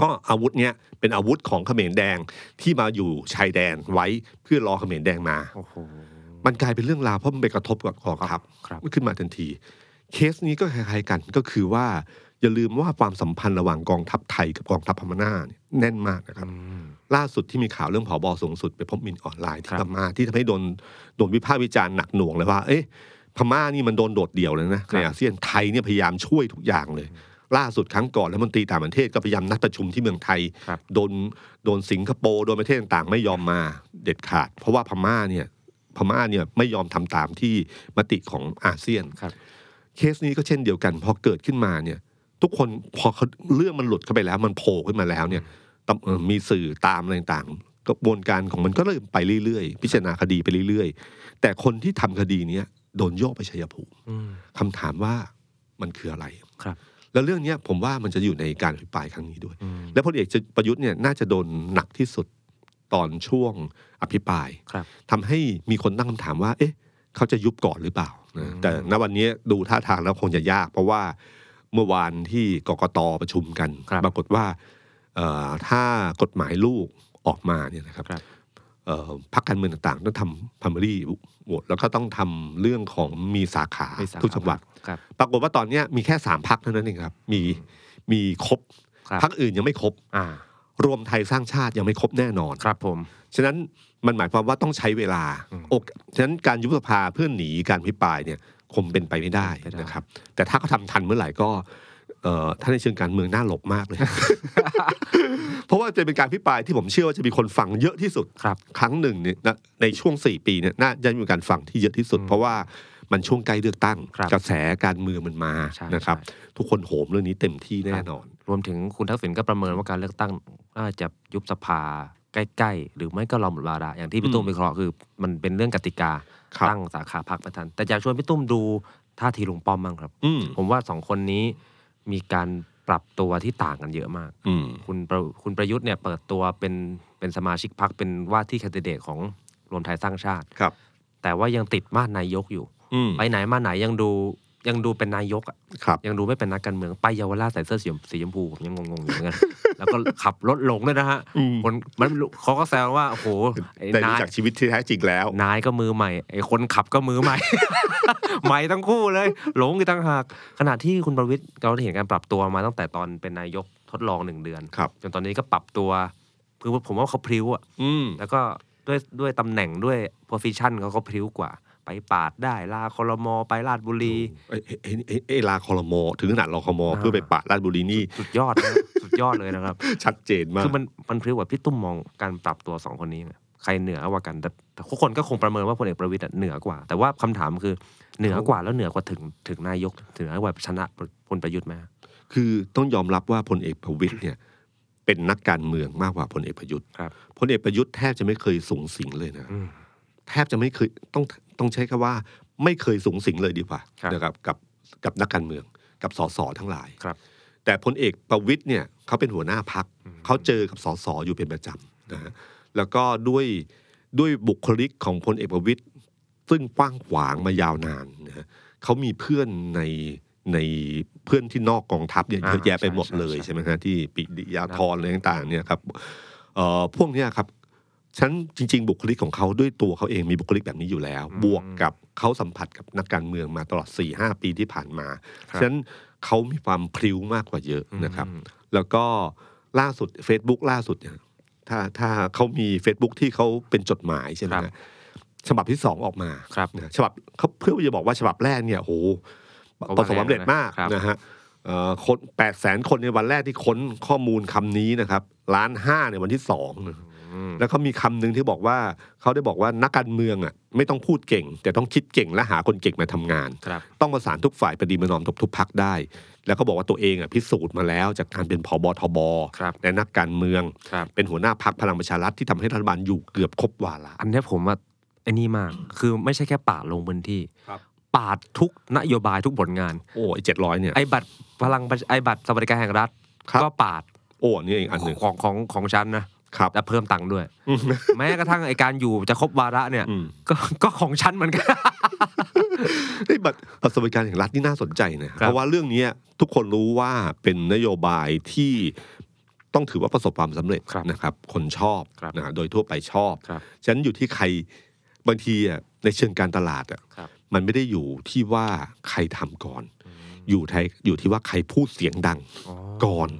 B: ก็อาวุธเนี่ยเป็นอาวุธของเขมรแดงที่มาอยู่ชายแดนไว้เพื่อรอเขมรแดงมา
C: โอ้โห
B: มันกลายเป็นเรื่องราวเพราะมันไปกระทบกับกองทัพ
C: ครับ
B: ขึ้นมาทันที เคสนี้ก็คล้ายๆกันก็คือว่า อย่าลืมว่าความสัมพันธ์ระหว่างกองทัพไทยกับกองทัพพม่าเนี่ยแน่นมากนะครับ
C: อืม
B: ล่าสุดที่มีข่าวเรื่องผอบอสูงสุดไปพบหมินออนไลน์ที่
C: ครับ
B: พม่าที่ทำให้โดนโดนวิพากษ์วิจารณ์หนักหน่วงเลยว่า เอ๊ะพม่านี่มันโดนโดดเดี่ยวเลยนะในอาเซียนไทยเนี่ยพยายามช่วยทุกอย่างเลย ล่าสุดครั้งก่อนรัฐมนตรีต่างประเทศก็พยายามนัดประชุมที่เมืองไทย
C: ครับ
B: โดนโดนสิงคโปร์โดนประเทศต่างๆ ไม่ยอมมาเด็ดขาด เพราะว่าพม่าเนี่ยพม่าเนี่ยไม่ยอมทำตามที่มติของอาเซียน
C: ครับ
B: เคสนี้ก็เช่นเดียวกันพอเกิดขึ้นมาเนี่ย ทุกคนพอเขาเรื่องมันหลุดเข้าไปแล้ว มันโผล่ขึ้นมาแล้วเนี่ยตำเอ่อมีสื่อตามอะไรต่างๆกระบวนการของมันก็เริ่มไปเรื่อยๆ พิจารณาคดีไปเรื่อยๆ แต่คนที่ทำคดีเนี้ยโดนโยกไปชัยภูมิ
C: อืม
B: คำถามว่ามันคืออะไร
C: ครับ
B: แล้วเรื่องเนี้ยผมว่ามันจะอยู่ในการอภิปรายครั้งนี้ด้วย
C: อืม
B: และพลเอกประยุทธ์เนี่ยน่าจะโดนหนักที่สุดตอนช่วงอภิปราย
C: ครับ
B: ทำให้มีคนตั้งคำถามว่า เอ๊ะ เขาจะยุบก่อนหรือเปล่านะแต่ณวันนี้ดูท่าทางแล้วคงจะยาก เพราะว่าเมื่อวานที่กกตประชุมกัน
C: ครับ
B: ปรากฏว่าเอ่อถ้ากฎหมายลูกออกมาเนี่ยนะครับ
C: ครับ
B: เอ่อพรรคการเมืองต่างๆ ต้องทำพ r ม m รีโหวตแล้วก็ต้องทำเรื่องของมีสาขา
C: ไม่สามารถ
B: ทุกจังหวัด
C: ครับ
B: ปรากฏว่าตอนเนี้ยมีแค่สามพักเท่านั้นเองครับ มีมีครบ
C: ครับ
B: พักอื่นยังไม่ครบ
C: อ่า
B: รวมไทยสร้างชาติยังไม่ครบแน่นอน
C: ครับผม
B: ฉะนั้นมันหมายความว่าต้องใช้เวลา
C: อืม
B: โอกฉะนั้นการยุบสภาเพื่อหนีการพิปรายเนี่ยคงเป็นไปไม่ได้
C: เป็นไปได้
B: นะครับ แต่ถ้าเขาทำทันเมื่อไหร่ก็เอ่อถ้าในเชิงการเมืองน่าหลบมาก เลย เพราะว่าจะเป็นการพิปรายที่ผมเชื่อว่าจะมีคนฟังเยอะที่สุด
C: ครับ
B: ครั้งหนึ่งเนี่ยนะในช่วง 4 ปีเนี่ยน่าจะมีการฟังที่เยอะที่สุด เพราะว่ามันช่วงใกล้เลือกตั้ง
C: ครับ
B: กระแสการเมืองมันมา
C: ใช่
B: นะครับ
C: ใช่
B: ทุกคนโหมเรื่องนี้เต็มที่แน่นอน
C: รวมถึงคุณทักษิณก็ประเมินว่าการเลือกตั้งน่าจะยุบสภาใกล้ๆ หรือไม่ก็รอหมดวาระอย่างที่พี่ตุ้มวิเคราะห์คือ มันเป็นเรื่องกติกา
B: ครับ
C: ตั้งสาขาพักไม่ทัน แต่อยากชวนพี่ตุ้มดูท่าทีลุงป้อมบ้างครับ
B: อืม
C: ผมว่าสองคนนี้มีการปรับตัวที่ต่างกันเยอะมาก
B: อืม
C: คุณประคุณประยุทธ์เนี่ยเปิดตัวเป็นเป็นสมาชิกพักเป็นว่าที่แคนดิเดตของรวมไทยสร้างชาติ
B: ครับ
C: แต่ว่ายังติดมาดนายกอยู่
B: อืม
C: ไปไหนมาไหนยังดู ยังดูเป็นนายกอะ
B: ครับ
C: ยังดูไม่เป็นนักการเมืองไปเยาวราชใส่เสื้อสีสีชมพูผมยังงงๆอยู่เหมือนกัน แล้วก็ขับรถหลงด้วยนะฮะ
B: อืม
C: คนมันเขาก็แซวว่าโอ้โหไอ้
B: แต่
C: นา
B: รู้
C: ย
B: จักชีวิตที่แท้จริงแล้ว
C: นายก็มือใหม่ ไอ้คนขับก็มือใหม่ ใหม่ทั้งคู่เลย หลงอีกตั้งหาก ขณะที่คุณประวิทย์เราได้เห็นการปรับตัวมาตั้งแต่ตอนเป็นนายกทดลองหนึ่งเดือน
B: ครับ
C: จนตอนนี้ก็ปรับตัวคือผมว่าเขาพริ้วอะ
B: อืม
C: แล้วก็ด้วยด้วยตำแหน่งด้วย profession เขาก็พริ้วกว่า ไปปาดได้ลาคอรมอไปลาดบุรี
B: เอ้ยเอ้ยเอ้ยเอ้ยเอ้ยลาคอรมอถึงขนาดลาคอมอ
C: อ่า
B: เพื่อไปปะราชบุรีนี่
C: สุดยอดนะ สุดยอดเลยนะครับ
B: ชัดเจนมาก
C: คือมันมันพริ้วกว่าพี่ตุ้มมองการปรับตัวสองคนนี้ยังไงใครเหนือกว่ากันแต่แต่ทุกคนก็คงประเมินว่าพลเอกประวิตยเหนือกว่า แต่ว่าคำถามคือเหนือกว่าแล้วเหนือกว่าถึงถึงนายกถึงนายกว่าชนะพลประยุทธ์ไหมฮะ
B: คือต้องยอมรับว่าพลเอกประวิตยเนี่ย เป็นนักการเมืองมากกว่าพลเอกประยุทธ์
C: ครับ
B: พลเอกประยุทธ์แทบจะไม่เคยสูงสิงเลยนะ
C: อืม
B: แทบจะไม่เคยต้องต้องใช้คำว่า ไม่เคยสูงสิงเลยดีกว่า
C: ครับ
B: นะครับกับกับนักการเมืองกับสสทั้งหลาย
C: ครับ
B: แต่พลเอกประวิตยเนี่ยเขาเป็นหัวหน้าพัก
C: อืม
B: เขาเจอกับสสอยู่เป็นประจำนะฮะแล้วก็ด้วยด้วยบุคลิกของพลเอกประวิตยซึ่งกว้างขวางมายาวนานนะฮะเขามีเพื่อนในในเพื่อนที่นอกกองทัพเนี่ยเยอะแยะไปหมดเลยใช่ไหมฮะที่ปิยาธรอะไรต่างๆเนี่ยครับเอ่อพวกเนี้ยครับ ฉันจริง ๆ บุคลิกของเขาด้วยตัวเขาเองมีบุคลิกแบบนี้อยู่แล้ว
C: อืม
B: บวกกับเขาสัมผัสกับนักการเมืองมาตลอด4ี่หปีที่ผ่านมา
C: ครับ
B: ฉะนั้นเขามีความพริ้วมากกว่าเยอะนะครับ
C: อืม
B: แล้วก็ล่าสุด Facebook ล่าสุดเนี่ยถ้าถ้าเขามี Facebook ที่เขาเป็นจดหมายใช่ไหม
C: ครับ
B: ฮะฉบับที่สองออกมา
C: ครับ
B: นะฉบับเขาเพื่อจะบอกว่าฉบับแรกเนี่ยโอ้โห
C: เขา
B: ประสบความสำเร็จมาก
C: ครับ
B: นะฮะเอ่อคนแปดแสนคนในวันแรกที่ค้นข้อมูลคำนี้นะครับล้านห้าในวันที่สองนะ
C: อืม
B: แล้วเขามีคำหนึงที่บอกว่าเขาได้บอกว่านักการเมืองอ่ะไม่ต้องพูดเก่ง แต่ต้องคิดเก่งและหาคนเก่งมาทำงาน
C: ครับ
B: ต้องประสานทุกฝ่ายประดีประนอมทบทุกพักได้ แล้วก็บอกว่าตัวเองอ่ะพิสูจน์มาแล้ว จากการเป็นพบทบ
C: ครับ
B: ในนักการเมือง
C: ครับ
B: เป็นหัวหน้าพักพลังประชารัฐที่ทำให้รัฐบาลอยู่เกือบครบวาระ
C: อันเนี้ยผมว่าไอ้นี่มาก คือไม่ใช่แค่ปาดลงพื้นที่
B: ครับ
C: ปาดทุกนโยบายทุกผลงาน
B: โอ้เจ็ดร้อยเนี่ย
C: ไอ้บัตรพลังประชาไอ้บัตรสวัสดิการแห่งรัฐ
B: ครับ
C: ก็ปาด
B: โอ้อันนี่เองอันหนึ่ง
C: ของของของฉันนะครับ แต่เพิ่มตังค์ ด้วย แม้กระทั่งไอการอยู่จะครบวาระเนี่ย
B: อืม
C: ก็ก็ของฉันเหมือนกัน
B: ไอ้บัตรบัตรสวัสดิการแห่งรัฐนี่น่าสนใจนะครับ เพราะว่าเรื่องเนี้ยทุกคนรู้ว่าเป็นนโยบายที่ต้องถือว่าประสบความสำเร็จ
C: ครับ
B: นะครับ คนชอบ
C: ครับ
B: นะโดยทั่วไปชอบ
C: ครับ
B: ฉะนันอยู่ที่ใครบางทีอ่ะในเชิงการตลาดอ่ะ
C: ครับ
B: มันไม่ได้อยู่ที่ว่าใครทำก่อน อยู่ไทยอยู่ที่ว่าใครพูดเสียงดัง ก่อน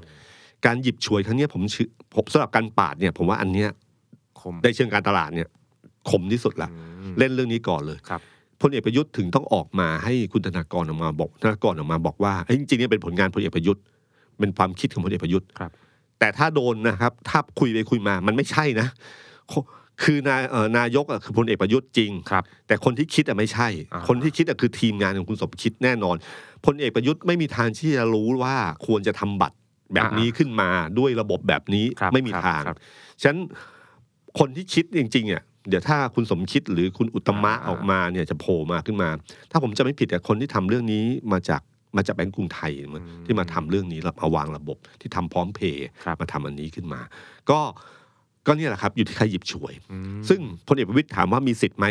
B: การหยิบฉวยครั้งเนี้ยผมเชื่อผมสำหรับการปาดเนี่ยผมว่าอันเนี้ย
C: คม
B: ในเชิงการตลาดเนี่ยคมที่สุดละ
C: อืม
B: เล่นเรื่องนี้ก่อนเลย
C: ครับ
B: พลเอกประยุทธ์ถึงต้องออกมาให้คุณธนากรออกมาบอกธนากรออกมาบอกว่าเอ้ยจริงๆเนี่ยเป็นผลงานพลเอกประยุทธ์เป็นความคิดของพลเอกประยุทธ์
C: ครับ
B: แต่ถ้าโดนนะครับถ้าคุยไปคุยมามันไม่ใช่นะคคือนายเอ่อนายกอะคือพลเอกประยุทธ์จริง
C: ครับ
B: แต่คนที่คิดอะไม่ใช่
C: อ่า
B: คนที่คิดอะคือทีมงานของคุณสมคิดแน่นอนพลเอกประยุทธ์ไม่มีทางที่จะรู้ว่าควรจะทำบัตรแบบนี้ขึ้นมาด้วยระบบแบบนี้
C: ครับ
B: ไม่มี
C: ครับ
B: ทาง
C: ครับ
B: ฉะนันคนที่คิดจริงๆอ่ะเดี๋ยวถ้าคุณสมคิดหรือคุณอุตมะ
C: อ่า
B: ออกมาเนี่ยจะโผล่มาขึ้นมา ถ้าผมจะไม่ผิดแต่คนที่ทำเรื่องนี้มาจากมาจากแบงก์กรุงไทยมั้งที่มาทำเรื่องนี้แล้วมาวางระบบที่ทำพร้อมเพย์
C: ครับ
B: มาทำอันนี้ขึ้นมา ก็ก็เนี่ยแหละครับอยู่ที่ใครหยิบฉวย
C: อืม
B: ซึ่งพลเอกประวิตยถามว่ามีสิทธิ์ไหม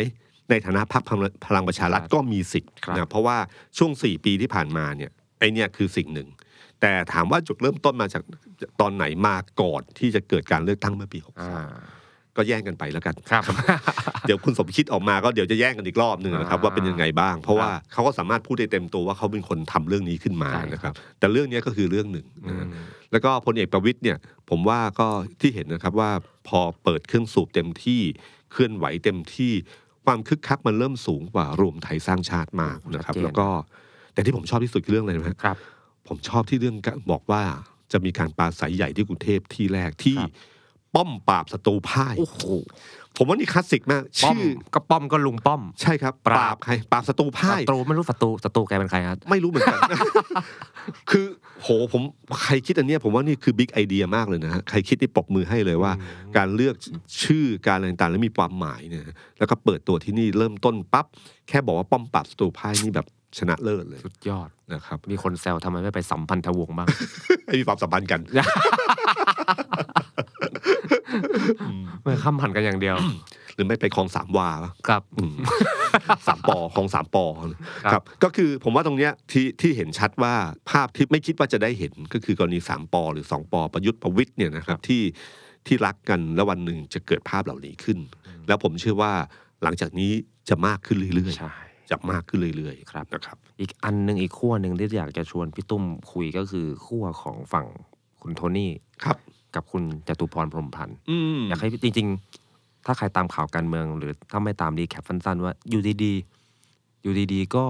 B: ในฐานะพรรคพลังพลังประชารัฐ
C: ครับ
B: ก็มีสิทธิ์
C: ครับ
B: นะเพราะว่าช่วง 4 ปีที่ผ่านมาเนี่ยไอเนี่ยคือสิ่งหนึ่ง แต่ถามว่าจุดเริ่มต้นมาจากตอนไหนมาก่อนที่จะเกิดการเลือกตั้งเมื่อปี6ก
C: อ่า
B: ก็แย่งกันไปแล้วกัน
C: ครับ
B: เดี๋ยวคุณสมคิดออกมาก็เดี๋ยวจะแย่งกันอีกรอบหนึ่งนะครับ
C: อ่า
B: ว่าเป็นยังไงบ้าง เพราะว่าเขาก็สามารถพูดได้เต็มตัวว่าเขาเป็นคนทำเรื่องนี้ขึ้นมา
C: ใช่ครับ
B: นะครับ แต่เรื่องเนี้ยก็คือเรื่องหนึ่ง
C: อื
B: นะฮะ
C: ม
B: แล้วก็พลเอกประวิตยเนี่ยผมว่าก็ที่เห็นนะครับว่าพอเปิดเครื่องสูบเต็มที่เคลื่อนไหวเต็มที่ความคึกคักมันเริ่มสูงกว่ารวมไทยสร้างชาติมากนะครับ
C: ชัดเจน
B: แล้วก็แต่ที่ผมชอบที่สุดคือเรื่องอะไรนะฮะ
C: ครับ
B: ผมชอบที่เรื่องบอกว่าจะมีการปราศัยใหญ่ที่กรุงเทพที่แรกที่
C: ครับ
B: ป้อมปราบศัตรูพ่าย
C: โอ้โห
B: ผมว่านี่คลาสสิกมาก
C: ป้อม
B: ชื่อ
C: ก็ป้อมก็ลุงป้อม
B: ใช่ครับ
C: ป
B: ป
C: ราบ
B: ราบใครปราบศัตรู
C: ศั
B: พ่าย
C: ตรูไม่รู้ศัตรูศัตรูแกเป็นใครครับ
B: ไม่รู้เหมื อนกัน คือโหผมใครคิดอันเนี้ยผมว่านี่คือบิ๊กไอเดียมากเลยนะฮะใครคิดนี่ปรบมือให้เลยว่า การเลือกชื่อการอะไรต่างๆแล้วมีความหมายเนี่ยแล้วก็เปิดตัวที่นี่เริ่มต้นปั๊บ แค่บอกว่าป้อมปราบศัตรูพ่ายนี่แบบชนะเลิศเลย
C: สุดยอด
B: นะครับ
C: มีคนแซวทำไมไม่ไปสัมพันธวงศ์บ้าง
B: ไม่มีความสัมพันธ์กัน
C: ไม่ข้ามผ่านกันอย่างเดียว
B: รือไม่ไปคลองสามวา
C: ครับ
B: อืม สามปอของสามปอ
C: ค
B: ค
C: รั
B: รับ บ ก็คือผมว่าตรงเนี้ยที่ที่เห็นชัดว่าภาพที่ไม่คิดว่าจะได้เห็นก็คือกรณีสามปอหรือสองปอประยุทธ์ประวิทย์เนี่ยนะครับที่ที่รักกันแล้ววันหนึ่งจะเกิดภาพเหล่านี้ขึ้น แล้วผมเชื่อว่าหลังจากนี้จะมากขึ้นเรื่อย
C: ใช่
B: ๆจะมากขึ้นเรื่อย
C: ครับ
B: นะครับ
C: อีกอันหนึ่งอีกขั้วหนึ่งที่อยากจะชวนพี่ตุ้มคุยก็คือขั้วของฝั่งคุณโทนี่
B: ครับ
C: กับคุณจตุพรพรหมพันธ์
B: อืม
C: อยากให้จริง ๆ ถ้าใครตามข่าวการเมือง หรือถ้าไม่ตามรีแคปสั้นๆว่าอยู่ดีๆอยู่ดีๆก็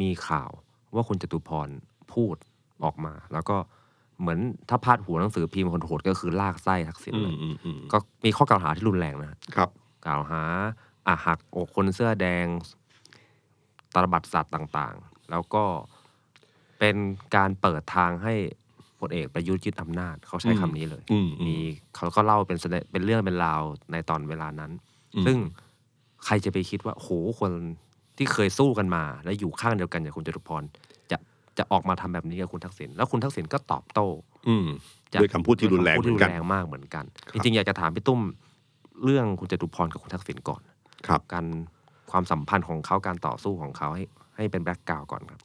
C: มีข่าวว่าคุณจตุพรพูดออกมา แล้วก็เหมือนถ้าพาดหัวหนังสือพิมพ์คนโหดก็คือลากไส้ทักษิณ
B: อื
C: เล
B: ม
C: ย
B: อืมอืม
C: ก็มีข้อกล่าวหาที่รุนแรงนะ
B: ครับ
C: กล่าวหาอาหักอกคนเสื้อแดงตรบัดสัตว์ต่างๆ แล้วก็เป็นการเปิดทางให้พลเอกประยุทธ์ยึดอำนาจ เขาใช้คำนี้เลย
B: อืมอื
C: มี
B: ม
C: เขาก็เล่าเป็นแสดงเป็นเรื่องเป็นราวในตอนเวลานั้น
B: อืม
C: ซึ่งใครจะไปคิดว่าโหคนที่เคยสู้กันมา และอยู่ข้างเดียวกันอย่างคุณจตุพรจะจะออกมาทำแบบนี้กับคุณทักษิณแล้วคุณทักษิณก็ตอบโต้
B: อืม
C: จาก
B: ด้วยคำพูดที่รุนแรงเห
C: ด้วยคำพูด
B: มือน
C: ที่รุ
B: กัน
C: นแรงมากเหมือนกัน
B: ครั
C: จ
B: บ
C: ริงๆ อยากจะถามพี่ตุ้มเรื่องคุณจตุพรกับคุณทักษิณก่อน
B: ครับ
C: การความสัมพันธ์ของเขาการต่อสู้ของเขาให้ให้เป็นแบล็กกราวก่อนครับ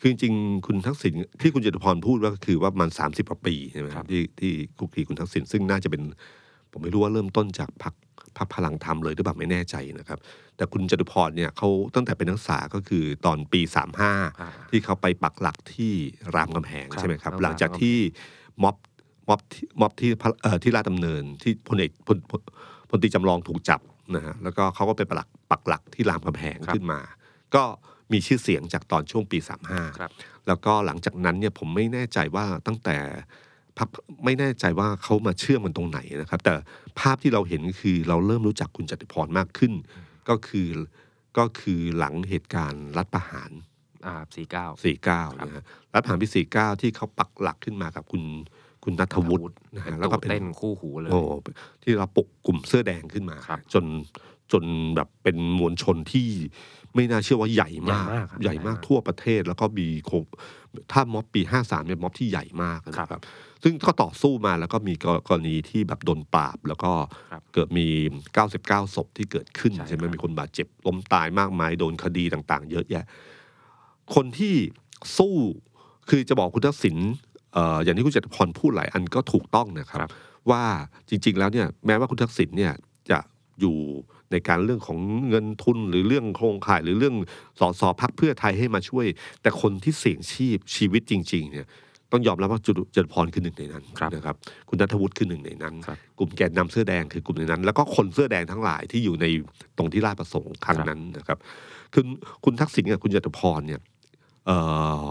B: คือจริงๆคุณทักษิณที่คุณจตุพรพูดว่าก็คือว่ามันสามสิบกว่าปีใช่ไหมค
C: ครั
B: รับบ ที่ที่คุกคีคุณทักษิณซึ่งน่าจะเป็น ผมไม่รู้ว่าเริ่มต้นจากพรรคพรรคพลังธรรมเลยหรือเปล่าไม่แน่ใจนะครับ แต่คุณจตุพรเนี่ยเขาตั้งแต่เป็นนักศึกษาก็คือตอนปี
C: อ่า
B: 35 ที่เขาไปปักหลักที่รามคำแหง
C: ครับ
B: ใช่ไหมครับ
C: ครับ
B: หลังจากที่ม็อบม็อบที่ม็อบที่พระเอ่อที่ราชดำเนินที่พลเอกพลพลพลตรีจำลองถูกจับนะฮะแล้วก็เขาก็ไปปักหลักปักหลักที่รามคำแหงขึ้นมา ก็มีชื่อเสียงจากตอนช่วงปี 35
C: ครับ
B: แล้วก็หลังจากนั้นเนี่ยผมไม่แน่ใจว่าตั้งแต่พรรคไม่แน่ใจว่าเขามาเชื่อมกันตรงไหนนะครับ แต่ภาพที่เราเห็นคือเราเริ่มรู้จักคุณจติพรมากขึ้น ก็คือก็คือหลังเหตุการณ์รัฐประหาร
C: อ่าสี่เก้า
B: 49นะฮะรัฐประหารปี49 ที่เขาปักหลักขึ้นมากับคุณคุณนัทวุฒินะฮะ
C: เป็น
B: แล้วก็
C: ตัว
B: เป็น
C: เต้นคู่หูเลย
B: โอ้ที่เราปลุกกลุ่มเสื้อแดงขึ้นมา
C: ครับ
B: จนจนแบบเป็นมวลชนที่ไม่น่าเชื่อว่าใหญ่มาก
C: ใหญ่มากครับ
B: ใหญ่มาก
C: ใหญ่มาก
B: ทั่วประเทศแล้วก็มีโคถ้าม็อบปี 53เป็นม็อบที่ใหญ่มากนะครับ ครับ ซึ่งก็ต่อสู้มาแล้วก็มีกรกรณีที่แบบโดนปราบ แล้วก็
C: ครับ
B: เกิดมี 99 ศพที่เกิดขึ้น
C: ใช่
B: ใช่ไหม
C: ครับ
B: มีคนบาดเจ็บล้มตายมากมายโดนคดีต่างๆ เยอะแยะ คนที่สู้คือจะบอกคุณทักษิณเอ่ออย่างที่คุณจตุพรพูดหลายอันก็ถูกต้องนะครับ
C: ครับ
B: ว่าจริง ๆ แล้วเนี่ยแม้ว่าคุณทักษิณเนี่ยจะอยู่ในการเรื่องของเงินทุนหรือเรื่องโครงข่าย หรือเรื่องสอสอพักเพื่อไทยให้มาช่วย แต่คนที่เสี่ยงชีพชีวิตจริง ๆ เนี่ย ต้องยอมรับว่าจุดจตุพรคือหนึ่งในนั้น
C: ครับ
B: นะครับ คุณนัทวุฒิคือหนึ่งในนั้น
C: ครับ
B: กลุ่มแกนนำเสื้อแดงคือกลุ่มในนั้น แล้วก็คนเสื้อแดงทั้งหลายที่อยู่ในตรงที่ราชประสงค์ครั้ง
C: ครับ
B: นั้นนะครับ คือคุณทักษิณกับคุณจตุพรเนี่ยเอ่อ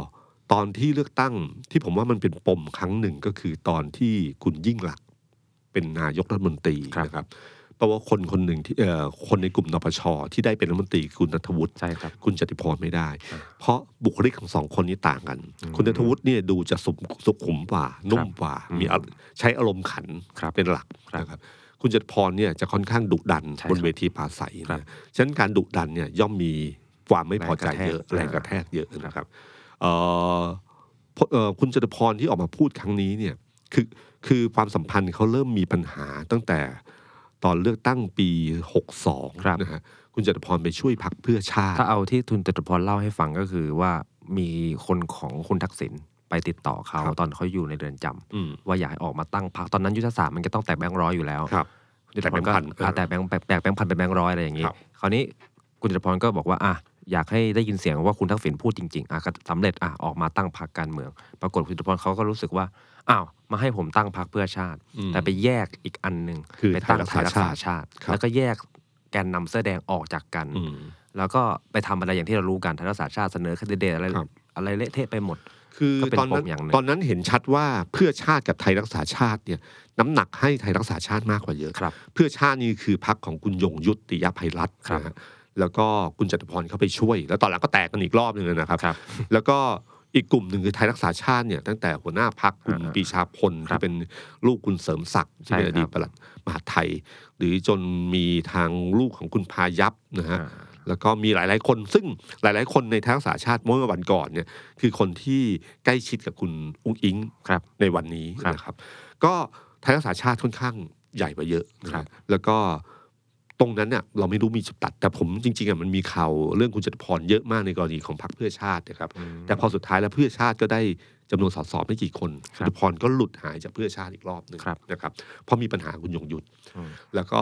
B: ตอนที่เลือกตั้งที่ผมว่ามันเป็นปมครั้งหนึ่งก็คือตอนที่คุณยิ่งหลักษณ์เป็นนายกรัฐมนตรี
C: ครับ
B: นะครับเพราะว่าคนคนหนึ่งที่เอ่อคนในกลุ่มนปชที่ได้เป็นรัฐมนตรีคือคุณนัทวุฒิ
C: ใช่ครับ
B: คุณจติพรไม่ได้
C: อ่า
B: เพราะบุคลิกของสองคนนี้ต่างกัน
C: อืม
B: คุณนัทวุฒิเนี่ยดูจะสุขสุขุมกว่านุ่มกว่า
C: อืม
B: มีอารใช้อารมณ์ขัน
C: ครับ
B: เป็นหลัก
C: ครับ
B: นะครับ คุณจติพรเนี่ยจะค่อนข้างดุดันบ
C: ใช่ครั
B: น
C: บ
B: เวทีปราศัย
C: ครับ
B: นะ ฉะนั้นการดุดันเนี่ยย่อมมีความไม่พอใจเยอะแร
C: แรง ง
B: ก
C: ก
B: ระ
C: ระ
B: แท
C: แท
B: ก
C: ก
B: เยอะนะครับเอ่อพเอ่อคุณจตุพรที่ออกมาพูดครั้งนี้เนี่ยคือคือความสัมพันธ์เขาเริ่มมีปัญหาตั้งแต่ตอนเลือกตั้งปี
C: ครับ
B: 62นะฮะคุณจตุพรไปช่วยพักเพื่อชาติ
C: ถ้าเอาที่ทุนจตุพรเล่าให้ฟังก็คือว่ามีคนของคุณทักษิณไปติดต่อเขา
B: ครับ
C: ตอนเขาอยู่ในเรือนจำ
B: อืม
C: ว่าอยากให้ออกมาตั้งพรรคตอนนั้นยุทธศาสตร์มันก็ต้องแตกแบงค์ร้อยอยู่แล้ว
B: ครับ
C: คุณจตุพรก็
B: แตกแบงค์พัน
C: อ่าแตกแบงค์แตกแตกแบงค์พันเป็นแบงค์ร้อยอะไรอย่างนี้
B: ครับ
C: คราวนี้คุณจตุพรก็บอกว่าอ่ะอยากให้ได้ยินเสียงว่าคุณทักษิณพูดจริงๆอ่ะก็สำเร็จอ่ะออกมาตั้งพรรคการเมือง ปรากฏคุณจตุพรเขาก็รู้สึกว่าอ้าวมาให้ผมตั้งพรรคเพื่อชาติ
B: อืม
C: แต่ไปแยกอีกอันหนึ่ง
B: คือ
C: ไปตั้ง
B: ไท
C: ไท
B: ย
C: ย
B: รั
C: รั
B: ก
C: ก
B: ษาชา
C: ษา
B: ติ
C: ชาติ
B: ครับ
C: แล้วก็แยกแกนนำเสื้อแดงออกจากกัน
B: อืม
C: แล้วก็ไปทำอะไรอย่างที่เรารู้กันไทยรักษาชาติเสนอคดเดตอะไร
B: ครับ
C: อะไรเละเทะไปหมด
B: คือ
C: ก็เป็น
B: ตอนนั้น
C: ปมอย่างหนึ่ง
B: ตอนนั้นเห็นชัดว่าเพื่อชาติกับไทยรักษาชาติเนี่ยน้ำหนักให้ไทยรักษาชาติมากกว่าเยอะ
C: ครับ
B: เพื่อชาตินี่คือพักของคุณยงยุติยภัยรัตน์
C: ครับ
B: นะฮะแล้วก็คุณจตุพรเข้าไปช่วย แล้วตอนหลังก็แตกกันอีกรอบหนึ่งนะครับ
C: ครับ
B: แล้วก็อีกกลุ่มหนึ่งคือไทยรักษาชาติเนี่ยตั้งแต่หัวหน้าพักคุณ
C: อ่า
B: ปีชาพล
C: ครับ
B: ที่เป็นลูกคุณเสริมศักดิ์ที่เป็น
C: ใช่
B: อ
C: ครับ
B: ดีตปลัดมหาดไทย หรือจนมีทางลูกของคุณพายัพนะฮะ
C: อ่า
B: แล้วก็มีหลาย ๆ คนซึ่งหลาย ๆ คนในทางสาชาติเมื่อวันก่อนเนี่ยคือคนที่ใกล้ชิดกับคุณอุ้งอิง
C: ครับ
B: ในวันนี้
C: ครับ
B: นะครับ ก็ไทยรักษาชาติค่อนข้างใหญ่กว่าเยอะนะครับ แล้วก็ ตรงนั้นเนี่ยเราไม่รู้มีจุดตัด แต่ผมจริงๆอ่ะมันมีข่าวเรื่องคุณจตุพรเยอะมากในกรณีของพรรคเพื่อชาตินะครับ
C: อืม
B: แต่พอสุดท้ายแล้วเพื่อชาติก็ได้จำนวนสสไม่กี่คน
C: ค
B: คุ
C: รับ
B: ณพรก็หลุดหายจากเพื่อชาติอีกรอบหนึ่ง
C: ครับ
B: นะครับเพราะมีปัญหาคุณยงยุทธ
C: อืม
B: แล้วก็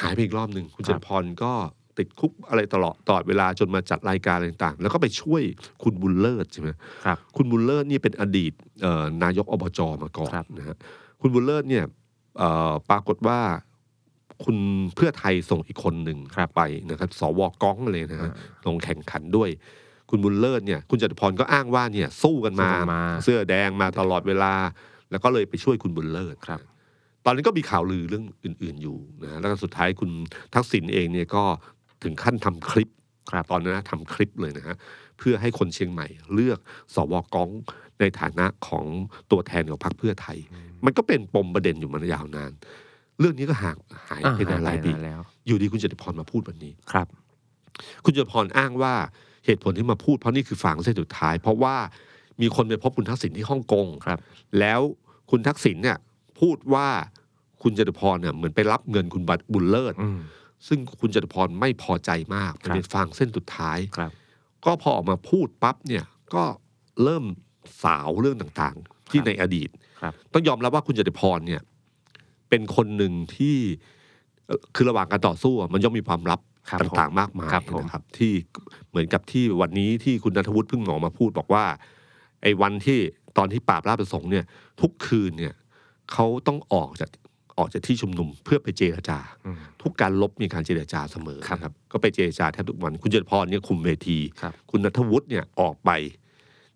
B: หายไปอีกรอบหนึ่งคุณ
C: ค
B: จ
C: รับ
B: ตุพรก็ติดคุกอะไรตลอดตลอดเวลาจนมาจัดรายการอะไรต่างๆ แล้วก็ไปช่วยคุณบุญเลิศใช่ไหม
C: ครับ
B: คุณบุญเลิศนี่เป็นอดีตเอ่อนายกอบจมาก่อน
C: ครับ
B: นะฮะคุณบุญเลิศเนี่ยเอ่อปรากฏว่าคุณเพื่อไทยส่งอีกคนหนึ่งไปนะครับสวก้องเลยนะฮะ ลงแข่งขันด้วย คุณบุญเลิศเนี่ยคุณจตุพรก็อ้างว่าเนี่ยสู้กันมา
C: สู้กันมา
B: เสื้อแดงมาตลอดเวลา แล้วก็เลยไปช่วยคุณบุญเลิศ
C: ครับ
B: ตอนนี้ก็มีข่าวลือเรื่องอื่น ๆอยู่นะแล้วก็สุดท้ายคุณทักษิณเองเนี่ยก็ถึงขั้นทำคลิป
C: ครับ
B: ตอนนั้นนะทำคลิปเลยนะฮะเพื่อให้คนเชียงใหม่ เลือกสวก้องในฐานะของตัวแทนของพรรคเพื่อไทย มันก็เป็นปมประเด็นอยู่มายาวนาน เรื่องนี้ก็หางหายไปนานหลายปี
C: อ่หแล้ว
B: อยู่ดีคุณจตุพรมาพูดวันนี้
C: ครับ
B: คุณจุลพรอ้างว่าเหตุผลที่มาพูดเพราะนี่คือฝางเส้นสุดท้าย เพราะว่ามีคนไปพบคุณทักษิณที่ฮ่องกง
C: ครับ
B: แล้วคุณทักษิณเนี่ยพูดว่าคุณจตุพรเนี่ยเหมือนไปรับเงินคุณบัตรบุญเลิศ
C: อืม
B: ซึ่งคุณจตุพรไม่พอใจมาก
C: ครับ
B: เป็นฝางเส้นสุดท้าย
C: ครับ
B: ก็พอออกมาพูดปั๊บเนี่ยก็เริ่มสาวเรื่องต่างๆ ที่
C: ครับ
B: ในอดีต
C: ครับ
B: ต้องยอมรับว่าคุณจตุพรเนี่ยเป็นคนหนึ่งที่เอ่อคือระหว่างการต่อสู้อะมันย่อมมีความลับ
C: ครับผม
B: ต่างๆมากมาย
C: ครับผม
B: นะครับที่เหมือนกับที่วันนี้ที่คุณนัทวุฒิเพิ่งหมออกมาพูดบอกว่าไอ้วันที่ตอนที่ปราบราชประสงค์เนี่ยทุกคืนเนี่ยเขาต้องออกจากออกจากที่ชุมนุมเพื่อไปเจรจา
C: อืม
B: ทุกการลบมีการเจรจาเสมอ
C: ครับ
B: นะก็ไปเจรจาแทบทุกวัน คุณเจริญพรเนี่ยคุมเวที
C: ครับ
B: คุณนัทวุฒิเนี่ยออกไป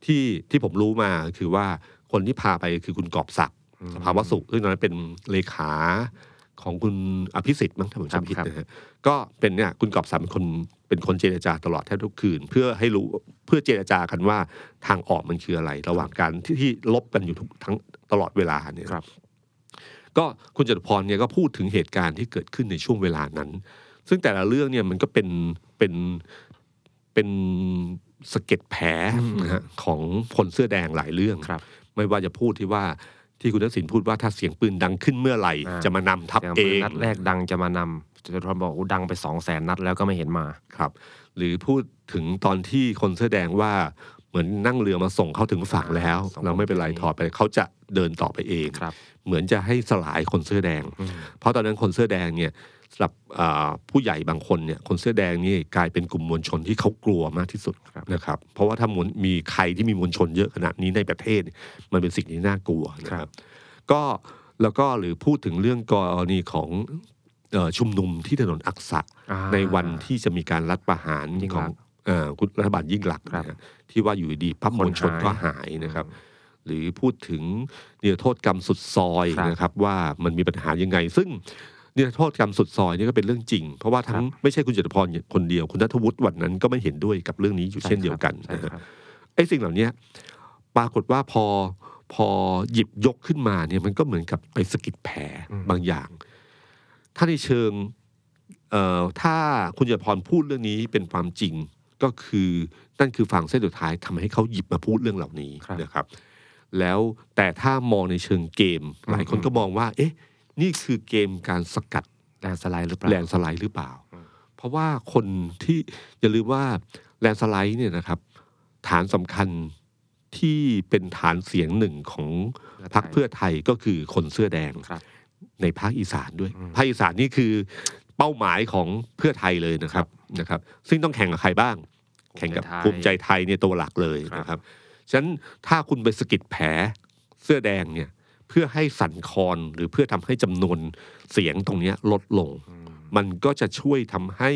B: ที่ที่ผมรู้มาคือว่าคนที่พาไปคือคุณกอบศักดิ์ สภาวะสุขซึ่งตอนนั้นเป็นเลขาของคุณอภิสิทธิ์มั้งถ้าผมจำผิด
C: ครับ
B: นะฮะก็เป็นเนี่ยคุณกอบสันเป็นคนเป็นคนเจรจาตลอดแทบทุกคืน เพื่อให้รู้เพื่อเจรจากันว่าทางออกมันคืออะไร ระหว่างการที่ที่ลบกันอยู่ทุกทั้งตลอดเวลาเนี่ย
C: ครับ
B: ก็คุณจตุพรเนี่ยก็พูดถึงเหตุการณ์ที่เกิดขึ้นในช่วงเวลานั้น ซึ่งแต่ละเรื่องเนี่ยมันก็เป็นเป็นเป็นสะเก็ดแผลนะฮะของคนเสื้อแดงหลายเรื่อง
C: ครับ
B: ไม่ว่าจะพูดที่ว่าที่คุณทักษิณพูดว่าถ้าเสียงปืนดังขึ้นเมื่อไหร่
C: อ่า
B: จะมานำทัพ
C: เสียง
B: เอ
C: ปืน
B: ง
C: นัดแรกดังจะมานำจตุพรบอกโอ้ดังไปสองแสนนัดแล้วก็ไม่เห็นมา
B: ครับ หรือพูดถึงตอนที่คนเสื้อแดงว่าเหมือนนั่งเรือมาส่งเขาถึงฝั่งแล้ว
C: ส่ง
B: เราไม่เป็นไรถอดไปเขาจะเดินต่อไปเอง
C: ครับ
B: เหมือนจะให้สลายคนเสื้อแดง
C: อืม
B: เพราะตอนนั้นคนเสื้อแดงเนี่ยสำหรับอ่าผู้ใหญ่บางคนเนี่ยคนเสื้อแดงนี่กลายเป็นกลุ่มมวลชนที่เขากลัวมากที่สุด
C: ครับ
B: นะครับ เพราะว่าถ้ามวลมีใครที่มีมวลชนเยอะขนาดนี้ในประเทศเนี่ยมันเป็นสิ่งที่น่ากลัวนะครับ ก็แล้วก็หรือพูดถึงเรื่องกรณีของเอ่อชุมนุมที่ถนนอักษะ
C: อ่า
B: ในวันที่จะมีการรัฐประหาร
C: ยิ่ง
B: ขอ
C: รั
B: ง
C: ก
B: เอ่อคุณรัฐบาลยิ่งหลักษณ์
C: ครับ
B: นะฮะที่ว่าอยู่ดีๆพับมวลชน
C: คน
B: ก็
C: หาย
B: หายนะครับ หรือพูดถึงนิรโทษกรรมสุดซอย
C: ครับ
B: นะครับ ว่ามันมีปัญหายังไง ซึ่งนิรโทษกรรมสุดซอยนี่ก็เป็นเรื่องจริง เพราะว่าทั้งไม่ใช่คุณจตุพรคนเดียวคุณนัทวุฒิวันนั้นก็ไม่เห็นด้วยกับเรื่องนี้อยู่
C: ใช่
B: เช่นเดียวกัน
C: ครั
B: นะ
C: บใช่
B: ฮะ
C: ครับ
B: ไอ้สิ่งเหล่านี้ปรากฏว่าพอพอหยิบยกขึ้นมาเนี่ยมันก็เหมือนกับไปสะกิดแผลบางอย่าง ถ้าในเชิง เอ่อถ้าคุณจตุพรพูดเรื่องนี้เป็นความจริงก็คือนั่นคือฝั่งเส้นสุดท้ายทำให้เขาหยิบมาพูดเรื่องเหล่านี้
C: ครับ
B: นะครับ แล้วแต่ถ้ามองในเชิงเกม หลายคนก็มองว่า เอ๊ะ นี่คือเกมการสกัด
C: แรงสไลด์หรือเปล่า
B: แลนด์สไลด์หรือเปล่า เพราะว่าคนที่อย่าลืมว่าแลนด์สไลด์เนี่ยนะครับ ฐานสำคัญที่เป็นฐานเสียงหนึ่งของพรรคเพื่อไทยก็คือคนเสื้อแดง
C: ครับ
B: ในภาคอีสานด้วย ภาคอีสานนี่คือเป้าหมายของเพื่อไทยเลยนะครับนะครับ ซึ่งต้องแข่งกับใครบ้าง แข่งกับ
C: ภู
B: ภู
C: มิ
B: มิ
C: ใจ
B: ใจ
C: ไทย
B: ไทยเนี่ยตัวหลักเลย
C: ครับ
B: นะครับ ฉะนั้นถ้าคุณไปสะกิดแผลเสื้อแดงเนี่ยเพื่อให้สั่นคลอนหรือเพื่อทำให้จำนวนเสียงตรงเนี้ยลดลง มันก็จะช่วยทำให้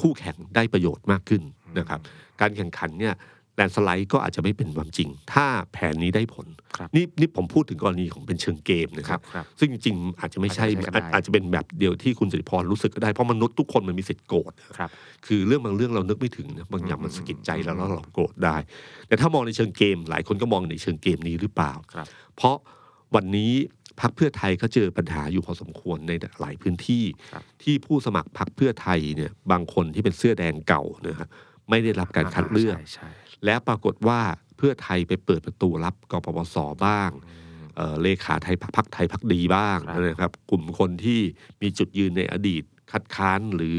B: คู่แข่งได้ประโยชน์มากขึ้นนะครับ การแข่งขันเนี่ยแลนด์สไลด์ก็อาจจะไม่เป็นความจริง ถ้าแผนนี้ได้ผล
C: ครับ
B: นี่นี่ผมพูดถึงกรณีของเป็นเชิงเกมนะ
C: ค
B: ค
C: รั
B: รั
C: บบ ครับ
B: ซึ่งจริงๆอาจจะไม่ใช่
C: อาจจะไม่ใช่ก็ได้
B: อาจอาจจะเป็นแบบเดียวที่คุณสิริพรรู้สึกก็ได้ เพราะมนุษย์ทุกคนมันมีสิทธิ์โกรธนะครับ คือเรื่องบางเรื่องเรานึกไม่ถึงนะบางอย่างมันสะกิดใจแล้วแล้วเราโกรธได้ แต่ถ้ามองในเชิงเกม หลายคนก็มองในเชิงเกมนี้หรือเปล่า
C: ครับ
B: เพราะวันนี้พักเพื่อไทยก็เจอปัญหาอยู่พอสมควรในหลายพื้นที่
C: ครับ
B: ที่ผู้สมัครพักเพื่อไทยเนี่ยบางคนที่เป็นเสื้อแดงเก่านะฮะไม่ได้รับการคัดเลือก
C: ใช่ใช่
B: และปรากฏว่าเพื่อไทยไปเปิดประตูรับกปปสบ้างเอ่อเลขาไทยพักไทยพักดีบ้าง
C: ครับ
B: นะครับ กลุ่มคนที่มีจุดยืนในอดีต คัดค้านหรือ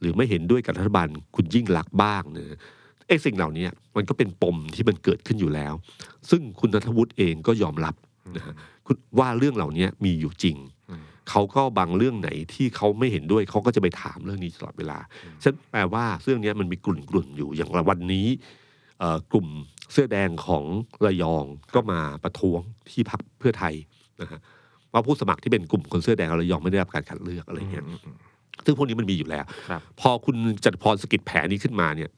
B: หรือไม่เห็นด้วยกับรัฐบาลคุณยิ่งหลักษณ์บ้างเนอะไอ้สิ่งเหล่านี้มันก็เป็นปมที่มันเกิดขึ้นอยู่แล้ว ซึ่งคุณนัทวุฒิเองก็ยอมรับนะฮะคุณว่าเรื่องเหล่านี้มีอยู่จริง
C: อืม
B: เขาก็บางเรื่องไหนที่เขาไม่เห็นด้วยเขาก็จะไปถามเรื่องนี้ตลอดเวลาฉะนันแปลว่าเรื่องเนี้ยมันมีกลุ่นกลุ่นๆอยู่อย่างวันนี้เอ่อกลุ่มเสื้อแดงของระยองก็มาประท้วงที่พักเพื่อไทยนะฮะว่าผู้สมัครที่เป็นกลุ่มคนเสื้อแดงของระยองไม่ได้รับการคัดเลือกอะไรเงี้ย
C: อืมอืม
B: ซึ่งพวกนี้มันมีอยู่แล้ว
C: ครับ
B: พอคุณจัดพรสะกิดแผลนี้ขึ้นมาเนี่ย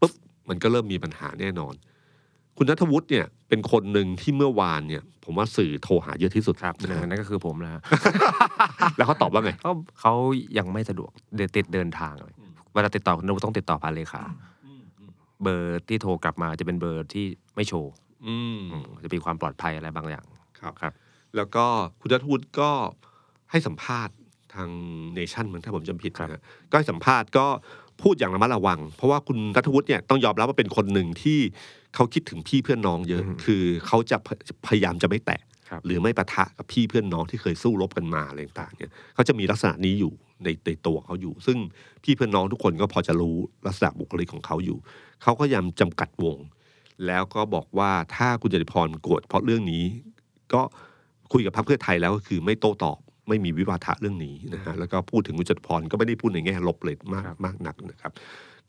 B: ปุ๊บมันก็เริ่มมีปัญหาแน่นอน คุณนัทวุฒิเนี่ยเป็นคนหนึ่งที่เมื่อวานเนี่ย ผมว่าสื่อโทรหาเยอะที่สุด
C: ครับหนึ่งในนั้นก็คือผมนะฮะ
B: แล้วเขาตอบว่าไง
C: เขาเขายังไม่สะดวกเดินติดเดินทางเลยเวลาติดต่อคุณนวุฒิต้องติดต่อผ่านเลขาเบอร์ที่โทรกลับมาจะเป็นเบอร์ที่ไม่โชว์
B: อืม
C: อืมจะมีความปลอดภัยอะไรบางอย่าง
B: ครับ
C: ครับ
B: แล้วก็คุณนัทวุฒิก็ให้สัมภาษณ์ทางเนชั่นมั้งถ้าผมจำผิดนะฮะก็ให้สัมภาษณ์ก็พูดอย่างระมัดระวัง เพราะว่าคุณนัทวุฒิเนี่ยต้องยอมรับว่าเป็นคนหนึ่งที่เขาคิดถึงพี่เพื่อนน้องเยอะ คือเขาจะพพยายามจะไม่แตะ
C: ครับ
B: หรือไม่ปะทะกับพี่เพื่อนน้องที่เคยสู้รบกันมาอะไรต่างๆเนี่ยเขาจะมีลักษณะนี้อยู่ในในตัวเขาอยู่ ซึ่งพี่เพื่อนน้องทุกคนก็พอจะรู้ลักษณะบุคลิกของเขาอยู่ เขาก็ยังจำกัดวง แล้วก็บอกว่าถ้าคุณจติพรโกรธเพราะเรื่องนี้ ก็คุยกับพรรคเพื่อไทยแล้วก็คือไม่โต้ตอบไม่มีวิวาทะเรื่องนี้นะฮะแล้วก็พูดถึงคุณจติพรก็ไม่ได้พูดในแง่ลบเลยมาก
C: ครับ
B: มากนักนะครับ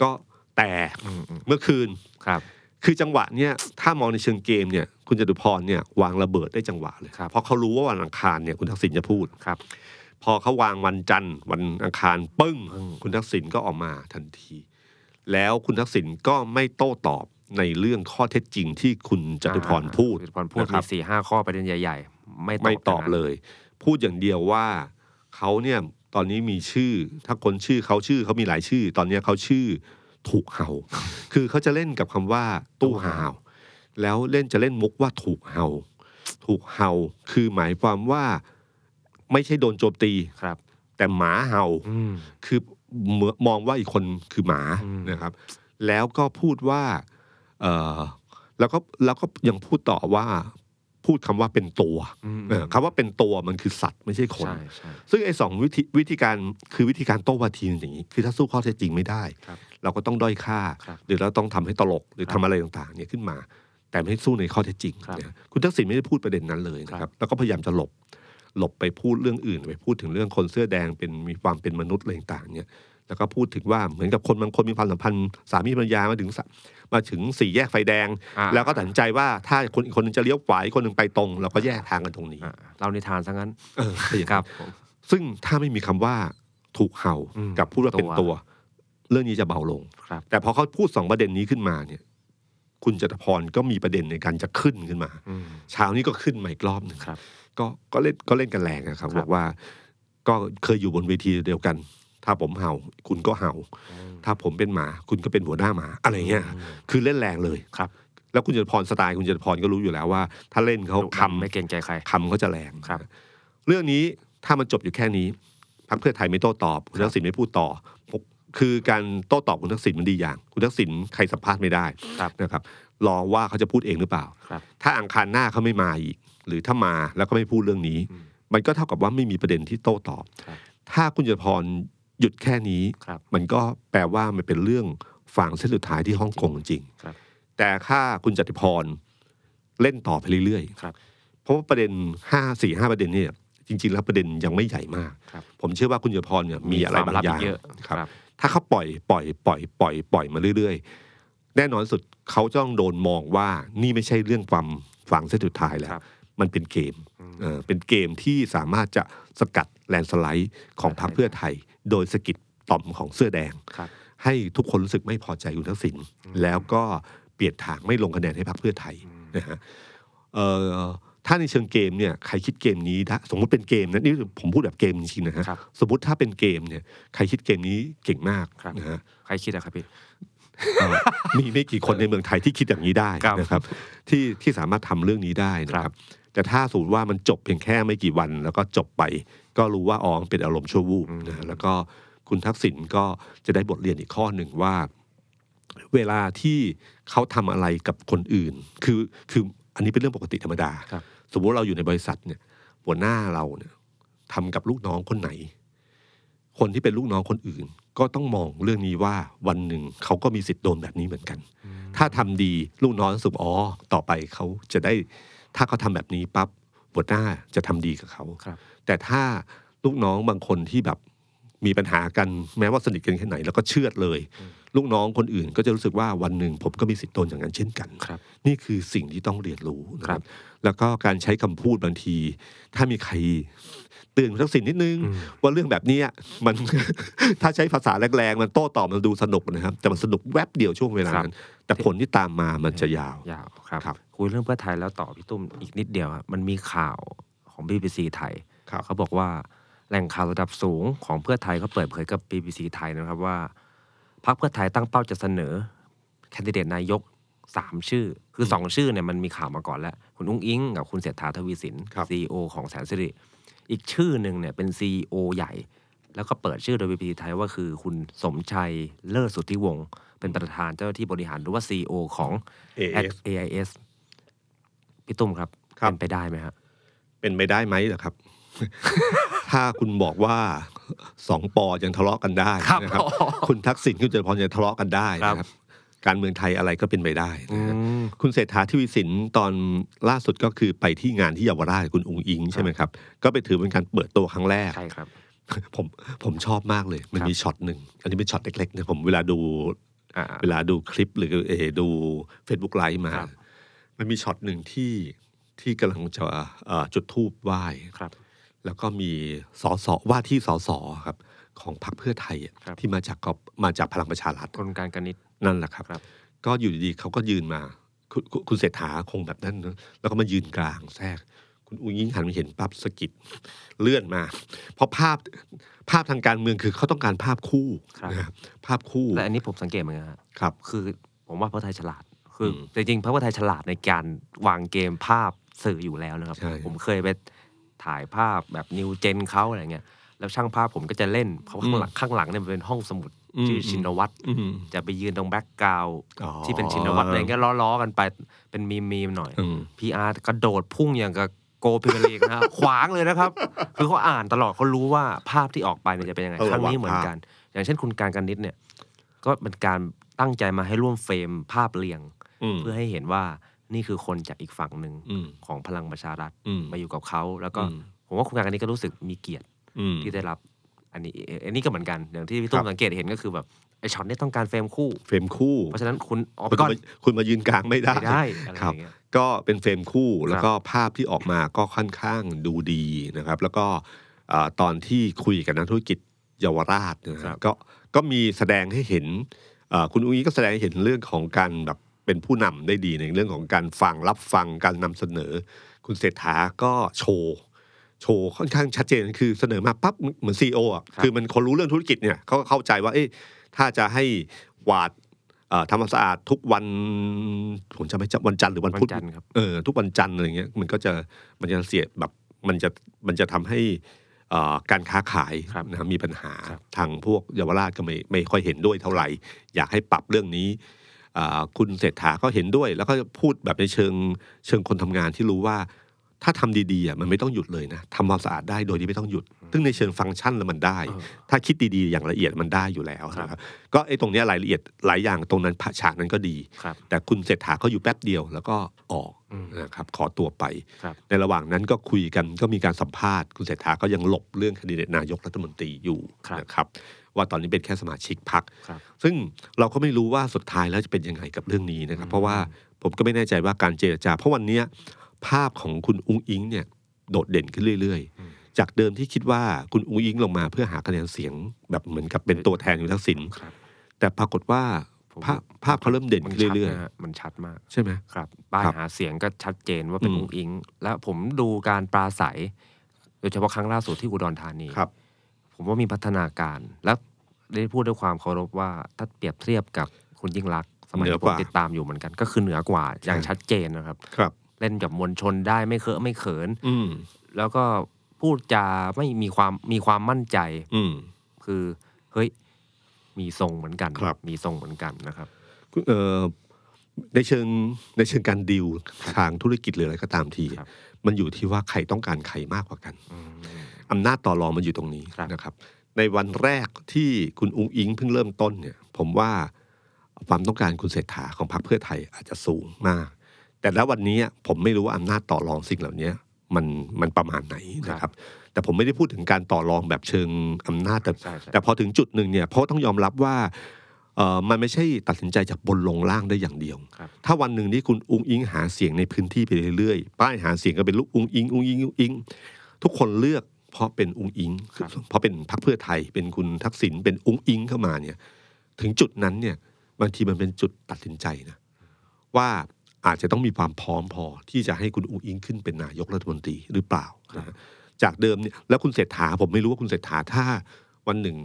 B: ก็แต่
C: อืมอืม
B: เมื่อคืน
C: ครับ
B: คือจังหวะเนี่ยถ้ามองในเชิงเกมเนี่ยคุณจตุพรเนี่ยวางระเบิดได้จังหวะเลย
C: ครับ
B: เพราะเขารู้ว่าวันอังคารเนี่ยคุณทักษิณจะพูด
C: ครับ
B: พอเขาวางวันจันทร์วันอังคารปึ้ง คุณทักษิณก็ออกมาทันที แล้วคุณทักษิณก็ไม่โต้ตอบในเรื่องเรื่องข้อเท็จจริงที่คุณจตุพรพูด
C: จตุพรพูด
B: นะค
C: มี
B: รับ
C: สี่ห้าข้อประเด็นใหญ่ ๆ ไม่
B: ไม่ตอบ
C: ทั้งนั้น
B: เลย พูดอย่างเดียวว่าเขาเนี่ยตอนนี้มีชื่อ ถ้าคนชื่อเขาชื่อเขามีหลายชื่อ ตอนเนี้ยเขาชื่อถูกเห่า คือเขาจะเล่นกับคำว่า ตู้ห่าว แล้วเล่นจะเล่นมุกว่าถูกเห่า ถูกเห่า คือหมายความว่าไม่ใช่โดนโจมตี
C: ครับ
B: แต่หมาเห่า
C: อืม
B: คือเหมือนมองว่าอีกคนคือหมา
C: อืม
B: นะครับ แล้วก็พูดว่าเออแล้วก็แล้วก็ยังพูดต่อว่า พูดคำว่าเป็นตัว
C: อืม
B: เออคำว่าเป็นตัวมันคือสัตว์ไม่ใช่คน
C: ใช่ใช่
B: ซึ่งไอ้สองวิธีวิธีการคือวิธีการโต้วาทีมันอย่างนี้ คือถ้าสู้ข้อเท็จจริงไม่ได้
C: ครับ
B: เราก็ต้องด้อยค่า
C: ครับ
B: หรือเราต้องทำให้ตลกหรือ
C: ครั
B: ทำ
C: บ
B: อะไรต่างๆเนี่ยขึ้นมา แต่ไม่ให้สู้ในข้อเท็จจริง
C: ครับ
B: นะคุณทักษิณไม่ได้พูดประเด็นนั้นเลยนะค
C: ครั
B: รับบ แล้วก็พยายามจะหลบหลบไปพูดเรื่องอื่น ไปพูดถึงเรื่องคนเสื้อแดงเป็นมีความเป็นมนุษย์อะไรต่างๆเนี่ยแล้วก็พูดถึงว่าเหมือนกับคนบางคนมีความสัมพันธ์สามีภรรยามาถึงสะมาถึงสี่แยกไฟแดง
C: อ่า
B: แล้วก็ตัดสินใจว่าถ้าคนอีกคนหนึงจะเลี้ยวขวาอีกคนหนึงไปตรงเราก็แยกทางกันตรงนี้
C: อ่าเรานิทานซะงั้น
B: เออเป็นอย่างนั้น
C: ครับผม
B: ซึ่งถ้าไม่มีคำว่าถูกเห่า
C: อืม
B: กับพูดว่าเป็น
C: ตั
B: ตัว
C: ว
B: เรื่องนี้จะเบาลง
C: ครับ
B: แต่พอเขาพูดสองประเด็นนี้ขึ้นมาเนี่ย คุณจตุพรก็มีประเด็นในการจะขึ้นขึ้นมา
C: อืม
B: เช้านี้ก็ขึ้นมาอีกรอบหนึ่ง
C: ครับ
B: ก็ก็เล่นก็เล่นกันแรงนะครับ
C: ครับ
B: บอกว่าก็เคยอยู่บนเวทีเดียวกัน ถ้าผมเห่า คุณก็เห่า ถ้าผมเป็นหมา คุณก็เป็นหัวหน้าหมา อะไรเงี้ยคือเล่นแรงเลย
C: ครับ
B: แล้วคุณจตุพรสไตล์คุณจตุพรก็รู้อยู่แล้วว่า ถ้าเล่นเขาคำ
C: ไม่เกรงใจใคร
B: คำก็จะแรง
C: ครับ
B: เรื่องนี้ถ้ามันจบอยู่แค่นี้พรรคเพื่อไทยไม่โต้ตอบคุณทักษิณไม่พูดต่อผมคือการโต้ตอบคุณทักษิณมันดีอย่าง คุณทักษิณใครสัมภาษณ์ไม่ได้
C: ครับ
B: นะครับรอว่าเขาจะพูดเองหรือเปล่า
C: ครับ
B: ถ้าอังคารหน้าเขาไม่มาอีก หรือถ้ามาแล้วก็ไม่พูดเรื่องนี้
C: อืม
B: มันก็เท่ากับว่าไม่มีประเด็นที่โต้ตอบ
C: ครับ
B: ถ้าคุณจตุพรหยุดแค่นี้
C: ครับ
B: มันก็แปลว่ามันเป็นเรื่องฝั่งเส้นสุดท้ายที่ฮ่องกงจริง
C: ครับ
B: แต่ถ้าคุณจติพรเล่นต่อไปเรื่อยๆ
C: ครับ
B: เพราะว่าประเด็นห้าสี่ห้าประเด็นเนี่ยจริง ๆ แล้วประเด็นยังไม่ใหญ่มาก
C: ครับ
B: ผมเชื่อว่าคุณยพรเนี่ยมีอะไรบางอย่าง
C: ควมลัเยอะ
B: ค
C: ค
B: รั
C: รับ บ
B: ถ้าเขาปล่อยปล่อยปล่อยปล่อยปล่อยมาเรื่อยๆ แน่นอนสุดเขาจะต้องโดนมองว่านี่ไม่ใช่เรื่องความฝังเส้นสุดท้ายแล้ว
C: ครับ
B: มันเป็นเกม
C: อืม
B: เออเป็นเกมที่สามารถจะสกัดแลนด์สไลด์ของพรรคเพื่อไทย โดยสะกิดต่อมของเสื้อแดง
C: ครับ
B: ให้ทุกคนรู้สึกไม่พอใจคุณทักษิณแล้วก็เปลี่ยนทางไม่ลงคะแนนให้พรรคเพื่อไทย
C: อืม
B: นะฮะเอ่อถ้าในเชิงเกมเนี่ยใครคิดเกมนี้ได้สมมติเป็นเกมนะนี่ผมพูดแบบเกมจริงๆนะฮะ
C: ครับ
B: สมมติถ้าเป็นเกมเนี่ยใครคิดเกมนี้เก่งมาก
C: ครับ
B: นะฮะ
C: ใครคิดอะครับพี่
B: เอ่อมีไม่กี่คนในเมืองไทยที่คิดอย่างนี้ได้
C: ครับ
B: นะครับ ที่ที่สามารถทำเรื่องนี้ได้นะค
C: ครั
B: รับ
C: บ
B: แต่ถ้าสมมติว่ามันจบเพียงแค่ไม่กี่วัน แล้วก็จบไป ก็รู้ว่าอ๋อมันเป็นอารมณ์ชั่ววูบนะฮะแล้วก็คุณทักษิณก็จะได้บทเรียนอีกข้อหนึ่งว่า เวลาที่เขาทำอะไรกับคนอื่น คือคืออันนี้เป็นเรื่องปกติธรรมดา
C: ครับ
B: สมมติเราอยู่ในบริษัทเนี่ยหัวหน้าเราเนี่ยทำกับลูกน้องคนไหน คนที่เป็นลูกน้องคนอื่น ก็ต้องมองเรื่องนี้ว่าวันหนึ่งเขาก็มีสิทธิ์โดนแบบนี้เหมือนกัน ถ้าทำดีลูกน้องรู้สึกอ๋อต่อไปเขาจะได้ ถ้าเขาทำแบบนี้ปั๊บหัวหน้าจะทำดีกับเขา
C: ครับ
B: แต่ถ้าลูกน้องบางคนที่แบบมีปัญหากันแม้ว่าสนิทกันแค่ไหน แล้วก็เชื่อดเลย ลูกน้องคนอื่นก็จะรู้สึกว่าวันหนึ่งผมก็มีสิทธิ์โดนอย่างนั้นเช่นกัน
C: ครับ
B: นี่คือสิ่งที่ต้องเรียนรู้นะครับ แล้วก็การใช้คำพูดบางที ถ้ามีใครเตื่นทักสินนิดนึง ว่าเรื่องแบบเนี้ยมัน ถ้าใช้ภาษาแรงๆ มันโต้ตอบมันดูสนุกนะครับ แต่มันสนุกแวบเดียวช่วงเวลานั้น แต่ผลที่ตามมามันจะยาว
C: ยาวครับ
B: ครับ
C: คุยเรื่องเพื่อไทยแล้วต่อพี่ตุ้มอีกนิดเดียวครับมันมีข่าวของ BBC ไทย
B: ครับ
C: เขาบอกว่าแหล่งข่าวระดับสูงของเพื่อไทยเขาเปิดเผยกับ BBC ไทยนะครับว่าพรรคเพื่อไทยตั้งเป้าจะเสนอ แคนดิเดตนายก 3 ชื่อ คือ 2 ชื่อเนี่ยมันมีข่าวมาก่อนแล้ว คุณอุ้งอิงกับคุณเศรษฐาทวีสิน
B: ครับ
C: ซีอของแสนสิริอีกชื่อหนึ่งเนี่ยเป็นซีอใหญ่ แล้วก็เปิดชื่อโดย BBC ไทยว่าคือคุณสมชัยเลิศสุทธิวงศ์เป็นประธานเจ้าหน้าที่บริหารหรือว่า CEO ของ
B: AS
C: AIS พี่ตุ้มครับ
B: ครับ
C: เป็นไปได้ไหมฮะ
B: เป็นไปได้ไหมเหรอครับ ถ้าคุณบอกว่าสองปอยังทะเลาะกันได้
C: ครับ
B: นะครับ
C: ผม
B: คุณทักษิณคุณจตุพรยังทะเลาะกันได้นะครับ การเมืองไทยอะไรก็เป็นไปได้นะฮะ
C: อืม
B: คุณเศรษฐาทวีสินตอนล่าสุดก็คือไปที่งานที่เยาวราชคุณอุงอิงใช่ไหมครับ ก็ไปถือเป็นการเปิดตัวครั้งแรก
C: ใช่ครับ
B: ผมผมชอบมากเลย มัน
C: ครับ
B: มีช็อตหนึ่ง อันนี้เป็นช็อตเล็กๆนะผมเวลาดู
C: อ่า
B: เวลาดูคลิปหรือเออดู Facebook ไลฟ์มา
C: ครับ
B: มันมีช็อตหนึ่งที่ที่กำลังจะเอ่อจุดธูปไหว้
C: ครับ
B: แล้วก็มีสสว่าที่สสครับ ของพรรคเพื่อไทยอะ
C: ครับ
B: ที่มาจากกบมาจากพลังประชารัฐ
C: กลการกนิต
B: นั่นแหละครับ
C: ครับ
B: ก็อยู่ดีๆเขาก็ยืนมาคุณคุณคุณเศรษฐาคงแบบนั้นเนอะแล้วก็มายืนกลางแทรก คุณอุ้งยิ่งหันมาเห็นปั๊บสะกิดเลื่อนมา เพราะภาพภาพทางการเมืองคือเขาต้องการภาพคู่นะครับภาพคู่
C: และอันนี้ผมสังเกตเหมือนกันฮะ
B: ครับ
C: คือผมว่าเพื่อไทยฉลาด คืออ
B: ม
C: จริงๆเพื่อไทยฉลาดในการวางเกมภาพสื่ออยู่แล้วนะครับ
B: ใช่
C: ผมเคยไปถ่ายภาพแบบนิวเจนเขาอะไรเงี้ย แล้วช่างภาพผมก็จะเล่นเพราะว่าข้างหลังข้างหลังเนี่ยมันเป็นห้องสมุดชื่อชินวัตร
B: อืม
C: จะไปยืนตรงแบ็กกราวด์
B: อ๋อ
C: ที่เป็นชินวัตรอะไรก็ล้อๆกันไปเป็นมีมีมๆหน่อย
B: อืม
C: พีอาร์กระโดดพุ่งอย่างกับโกพิมยร์ลีกนะครับ ขวางเลยนะครับ คือเขาอ่านตลอดเขารู้ว่าภาพที่ออกไปเนี่ยจะเป็นยังไง
B: เออ
C: ครั้งนี้
B: วางภาพ
C: เหมือนกัน อย่างเช่นคุณการกันนิดเนี่ย ก็เป็นการตั้งใจมาให้ร่วมเฟรมภาพเรียง
B: อืม
C: เพื่อให้เห็นว่านี่คือคนจากอีกฝั่งหนึ่ง
B: อืม
C: ของพลังประชารัฐ
B: อืม
C: มาอยู่กับเขาแล้วก็
B: อืม
C: ผมว่าคุณการกันนิดก็รู้สึกมีเกียรติ
B: อืม
C: ที่ได้รับอันนี้เอ่ออันนี้ก็เหมือนกันอย่างที่พี่ตุ้
B: ครั
C: ม
B: บ
C: สังเกตเห็นก็คือแบบไอช็อตนี้ต้องการเฟรมคู่
B: เฟรมคู่
C: เพราะฉะนั้นคุณออกไป
B: คุณ
C: ก่อน
B: มาคุณมายืนกลางไม่ได้
C: ไม่ได้อะไรอย่างเงี้ย
B: ก็เป็นเฟรมคู่แล้วก็ภาพที่ออกมาก็ค่อนข้างดูดีนะครับ แล้วก็อ่าตอนที่คุยกับนักธุรกิจเยาวราชนะค
C: ครั
B: รับบ ก็ก็มีแสดงให้เห็นอ่าคุณอุ้งอิ๊งก็แสดงให้เห็นเรื่องของการแบบเป็นผู้นำได้ดีในเรื่องของการฟังรับฟังการนำเสนอ คุณเศรษฐาก็โชว์โชว์ค่อนข้างชัดเจนคือเสนอมาปั๊บเหมือนซีออ่ะคือมันคนรู้เรื่องธุรกิจเนี่ยเขาก็เข้าใจว่าเอ๊ะถ้าจะให้หวาดเอ่อทำความสะอาดทุกวันผมจะไม่จำวันจันทร์หรือวัน
C: วัน
B: พุธ
C: จันทร์ครับ
B: เออทุกวันจันทร์อะไรเงี้ยมันก็จะมันจะเสียแบบมันจะมันจะทำให้เอ่อการค้าขาย
C: ครับ
B: นะครับมีปัญหา
C: ครับ
B: ทางพวกเยาวราชก็ไม่ไม่ค่อยเห็นด้วยเท่าไหร่ อยากให้ปรับเรื่องนี้อ่าคุณเศรษฐาก็เห็นด้วย แล้วก็พูดแบบในเชิงเชิงคนทำงานที่รู้ว่าถ้าทำดีๆอ่ะมันไม่ต้องหยุดเลยนะทำความสะอาดได้โดยที่ไม่ต้องหยุด ซึ่งในเชิงฟังก์ชันแล้วมันได้
C: เออ
B: ถ้าคิดดีๆอย่างละเอียดมันได้อยู่แล้ว
C: ครับ
B: นะครับก็ไอ้ตรงเนี้ยรายละเอียดหลายอย่างตรงนั้นฉากนั้นก็ดี
C: ครับ
B: แต่คุณเศรษฐาเขาอยู่แป๊บเดียวแล้วก็ออก
C: อืม
B: นะครับขอตัวไป
C: ครับ
B: ในระหว่างนั้นก็คุยกันก็มีการสัมภาษณ์ คุณเศรษฐาก็ยังหลบเรื่องคดีนายกรัฐมนตรีอยู่นะครับว่าตอนนี้เป็นแค่สมาชิกพัก
C: ครับ
B: ซึ่งเราก็ไม่รู้ว่าสุดท้ายแล้วจะเป็นยังไงกับเรื่องนี้นะครับ เพราะว่าผมก็ไม่แน่ใจว่าการเจรจา เพราะวันเนี้ยภาพของคุณอุ้งอิงเนี่ยโดดเด่นขึ้นเรื่อยๆ จากเดิมที่คิดว่าคุณอุ้งอิงลงมาเพื่อหาคะแนนเสียงแบบเหมือนกับเป็นตัวแทนคุณทักษิณ
C: ครับ
B: แต่ปรากฏว่า
C: ผม
B: ภาพภาพเขาเริ่มเด่น
C: มัน
B: ขึ้น
C: ชัด
B: เรื่อย
C: นะฮะมันชัดมาก
B: ๆ ใช่ไหม
C: ครับป้าย
B: ครับ
C: หาเสียงก็ชัดเจนว่าเป็น
B: อืม
C: องอิง และผมดูการปราศัย โดยเฉพาะครั้งล่าสุดที่อุดรธานี
B: ครับ
C: ผมว่ามีพัฒนาการ และได้พูดด้วยความเคารพว่าถ้าเปรียบเทียบกับคุณยิ่งรักษณ์สมัย
B: เหนือ
C: ที่ผ
B: ก
C: ม
B: ว่า
C: ติดตามอยู่เหมือนกัน ก็คือเหนือกว่าอย่าง
B: ใช่
C: ชัดเจนนะครับ
B: ครับ
C: เล่นกับมวลชนได้ไม่เคอะไม่เขิน
B: อืม
C: แล้วก็พูดจาไม่มีความมีความมั่นใจ
B: อืม
C: คือเฮ้ยมีทรงเหมือนกัน
B: ครับ
C: มีทรงเหมือนกันนะครับ
B: เอ่อในเชิงในเชิงการดีลทางธุรกิจหรืออะไรก็ตามที
C: ครับ
B: มันอยู่ที่ว่าใครต้องการใครมากกว่ากัน
C: อืม
B: อำนาจต่อรองมันอยู่ตรงนี้
C: ครับ
B: นะครับ ในวันแรกที่คุณอุ้งอิงเพิ่งเริ่มต้นเนี่ย ผมว่าความต้องการคุณเศรษฐาของพรรคเพื่อไทยอาจจะสูงมาก แต่แล้ววันนี้ผมไม่รู้ว่าอำนาจต่อรองสิ่งเหล่านี้มันมันประมาณไหนนะครับ แต่ผมไม่ได้พูดถึงการต่อรองแบบเชิงอำนาจแต่
C: ใช่ใช่
B: แต่พอถึงจุดหนึ่งเนี่ยเพราะต้องยอมรับว่าเอ่อมันไม่ใช่ตัดสินใจจากบนลงล่างได้อย่างเดียว
C: ครับ
B: ถ้าวันหนึ่งที่คุณอุ้งอิงหาเสียงในพื้นที่ไปเรื่อยๆ ป้ายหาเสียงก็เป็นลูกอุ้งอิงอุ้งอิงอุ้งอิง ทุกคนเลือกเพราะเป็นอุ้งอิง
C: ครับ
B: เพราะเป็นพรรคเพื่อไทย เป็นคุณทักษิณเป็นอุ้งอิงเข้ามาเนี่ย ถึงจุดนั้นเนี่ยบางทีมันเป็นจุดตัดสินใจนะว่าอาจจะต้องมีความพร้อมพอที่จะให้คุณอุ้งอิงขึ้นเป็นนายกรัฐมนตรีหรือเปล่านะฮะจากเดิมเนี่ยแล้วคุณเศรษฐาผมไม่รู้ว่าคุณเศรษฐาถ้า วันหนึ่ง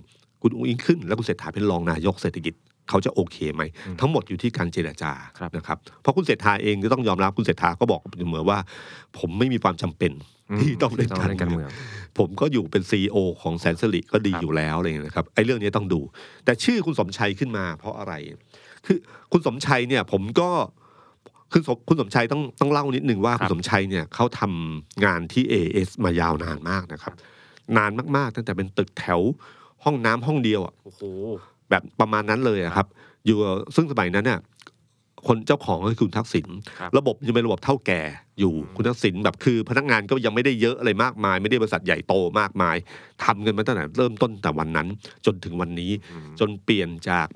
B: คุณอุ้งอิงขึ้น แล้วคุณเศรษฐาเป็นรองนายกเศรษฐกิจเขาจะโอเคไหม ทั้งหมดอยู่ที่การเจรจา
C: ครับ
B: นะครับเพราะคุณเศรษฐาเองก็ต้องยอมรับคุณเศรษฐาก็บอกเสมอว่า ผมไม่มีความจำเป็นที่ต้องเล่นการเมือง
C: อง
B: ผมก็อยู่เป็นซีอของแสนสิริก็ดี
C: ครับ
B: อยู่แล้วอะไรอย่างเงี้ยนะครับไอ้เรื่องนี้ต้องดู แต่ชื่อคุณสมชัยขึ้นมา เพราะอะไร คือคุณสมชัยเนี่ย ผมก็คือสมคุณสมชัยต้องต้องเล่านิดหนึ่งว่าคุณสมชัยเนี่ยเขาทำงานที่ AS มายาวนานมากนะครับ นานมากๆ ตั้งแต่เป็นตึกแถวห้องน้ำห้องเดียวอะ
C: โอ้โห
B: แบบประมาณนั้นเลยอะครับ อยู่ซึ่งสมัยนั้นเนี่ยคนเจ้าของก็คือคุณทักษิณ
C: ครับ
B: ระบบยังเป็นระบบเท่าแก่อยู่คุณทักษิณแบบคือ พนักงานก็ยังไม่ได้เยอะอะไรมากมาย ไม่ได้บริษัทใหญ่โตมากมายทำกันมาตั้งแต่เริ่มต้นแต่วันนั้น จนถึงวันนี้
C: อืม
B: จนเปลี่ยนจาก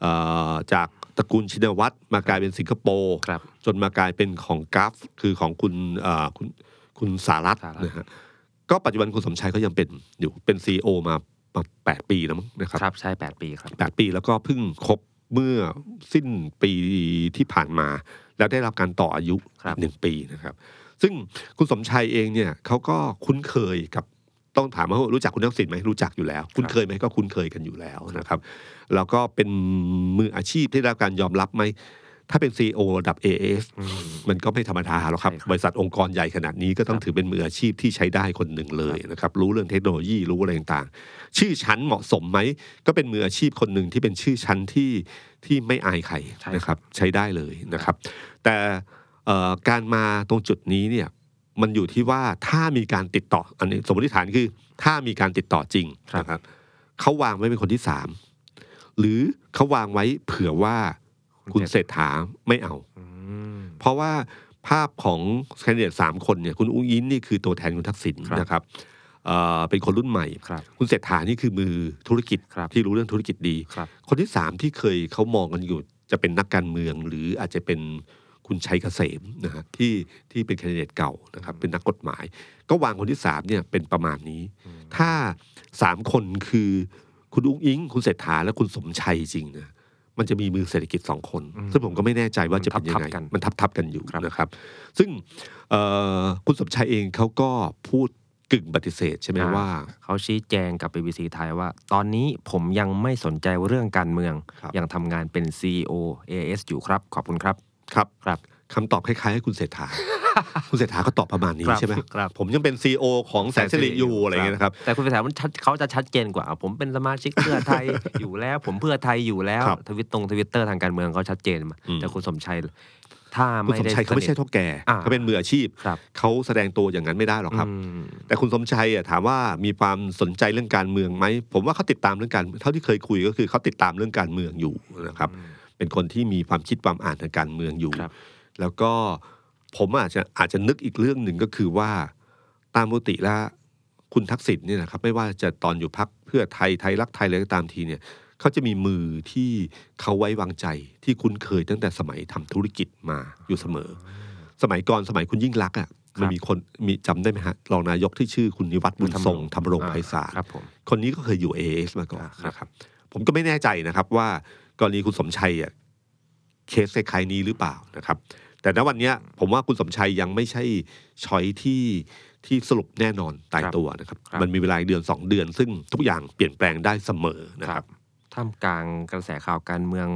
B: เอ่อจากตระกูลชินวัตรมากลายเป็นสิงคโปร์
C: ครับ
B: จนมากลายเป็นของกราฟคือของคุณเอ่อคุณคุณสารัตน์
C: สารัตน์
B: นะฮะก็ปัจจุบันคุณสมชายก็ยังเป็นอยู่เป็นซีอมามาแปดปีแล้วมั้งนะครับ
C: ครับใช่แปดปีครับ
B: แปดปีแล้วก็เพิ่งครบเมื่อสิ้นปีที่ผ่านมา แล้วได้รับการต่ออายุ
C: ครับ
B: หนึ่งปีนะครับ ซึ่งคุณสมชัยเองเนี่ยเขาก็คุ้นเคยกับต้องถามว่ารู้จักคุณทักษิณไหมรู้จักอยู่แล้ว คุ้นเคยไหมก็คุ้นเคยกันอยู่แล้วนะครับ แล้วก็เป็นมืออาชีพที่ได้รับการยอมรับไหมถ้าเป็นซีอระดับ AF
C: อืม
B: มันก็ไม่ธรรมดาหรอกครับ
C: ใช่ครับ
B: บริษัทองค์กรใหญ่ขนาดนี้ก็ต้องถือเป็นมืออาชีพที่ใช้ได้คนหนึ่งเลยนะครับ รู้เรื่องเทคโนโลยีรู้อะไรต่างๆ ชื่อชั้นเหมาะสมไหม ก็เป็นมืออาชีพคนหนึ่งที่เป็นชื่อชั้นที่ที่ไม่อายใคร
C: ใช่
B: นะครับ ใช้ได้เลยนะครับ แต่เอ่อการมาตรงจุดนี้เนี่ยมันอยู่ที่ว่าถ้ามีการติดต่ออันนี้สมมติฐานคือ ถ้ามีการติดต่อจริงนะครับเขาวางไว้เป็นคนที่สามหรือเขาวางไว้เผื่อว่าคุณเศรษฐาไม่เอา
C: อืม
B: เพราะว่าภาพของแคนดิเดตสามคนเนี่ยคุณอุ้งอินนี่คือตัวแทนคุณทักษิณ
C: ครับ
B: นะครับเอ่อเป็นคนรุ่นใหม่
C: ครับ
B: คุณเศรษฐานี่คือมือธุรกิจ
C: ครับ
B: ที่รู้เรื่องธุรกิจดี
C: ครับ
B: คนที่สามที่เคยเขามองกันอยู่จะเป็นนักการเมือง หรืออาจจะเป็นคุณชัยเกษมนะฮะที่ที่เป็นแคนดิเดตเก่านะครับเป็นนักกฎหมาย ก็วางคนที่สามเนี่ยเป็นประมาณนี้ ถ้าสามคนคือคุณอุ้งอิง คุณเศรษฐาและคุณสมชัยจริงนะมันจะมีมือเศรษฐกิจสองคน
C: อืม
B: ซึ่งผมก็ไม่แน่ใจว่าจะเป็นยัง
C: มัน
B: ไง
C: ทับๆกัน
B: มันทับทับๆกันอยู่
C: ครับ
B: นะครับ ซึ่งเอ่อคุณสมชัยเองเขาก็พูดกึ่งปฏิเสธใช่ไหม
C: อ่า
B: ว่า
C: เขาชี้แจงกับ BBC ไทยว่า ตอนนี้ผมยังไม่สนใจเรื่องการเมือง
B: ครับ
C: ยังทำงานเป็น CEO AS อยู่ครับ ขอบคุณครับ
B: ครับ
C: ครับ
B: คำตอบคล้ายๆให้คุณเศรษฐา คุณเศรษฐาก็ตอบประมาณนี้
C: ครับ
B: ใช่ไหม
C: ครับ
B: ผมยังเป็นซีอของแสนสิริอยู่อะไรอย่างเงี้ยนะครับ
C: แต่คุณเศรษฐามันชัดเขาจะชัดเจนกว่า ผมเป็นสมาชิกเพื่อไทย อยู่แล้ว ผมเพื่อไทยอยู่แล้ว
B: ครับ
C: ทวิตตรงทวิตเตอร์ทางการเมืองเขาชัดเจนมา
B: อืม
C: แต่คุณสมชัย ถ้า
B: คุณ
C: ไม่
B: สม
C: ได้
B: ชัยเขาไม่ใช่
C: สนิท
B: เท่าแก่
C: อ่า
B: เขาเป็นมืออาชีพ
C: ครับ
B: เขาแสดงตัวอย่างนั้นไม่ได้หรอกครับ
C: อืม
B: แต่คุณสมชัยอ่ะถามว่ามีความสนใจเรื่องการเมืองไหม ผมว่าเขาติดตามเรื่องการเท่าที่เคยคุยก็คือเขาติดตามเรื่องการเมืองอยู่นะครับ เป็นคนที่มีความคิดความอ่านทางการเมืองอยู่
C: ครับ
B: แล้วก็ผมอาจจะอาจจะนึกอีกเรื่องหนึ่งก็คือว่าตามปกติแล้วคุณทักษิณเนี่ยนะครับ ไม่ว่าจะตอนอยู่พักเพื่อไทยไทยรักไทยอะไรก็ตามทีเนี่ยเขาจะมีมือที่เขาไว้วางใจที่คุ้นเคยตั้งแต่สมัยทำธุรกิจมาอยู่เสมอ สมัยก่อนสมัยคุณยิ่งรักษณ์อ่ะมันมีคนมีจำได้ไหมฮะรองนายกที่ชื่อคุณนิวัฒน์บุญทรงทำรงไพศาล
C: ครับผม
B: คนนี้ก็เคยอยู่ AS มาก่อน
C: ครับ
B: นะครับ ผมก็ไม่แน่ใจนะครับว่ากรณีคุณสมชัยอ่ะเคสคล้ายๆนี้หรือเปล่านะครับ แต่ณวันเนี้ยผมว่าคุณสมชัยยังไม่ใช่ช้อยที่ที่สรุปแน่นอนตายตัวนะครับ
C: ครับ
B: มันมีเวลาอีกเดือนสองเดือน ซึ่งทุกอย่างเปลี่ยนแปลงได้เสมอนะครับ
C: ท่ามกลางกระแสข่าวการเมือง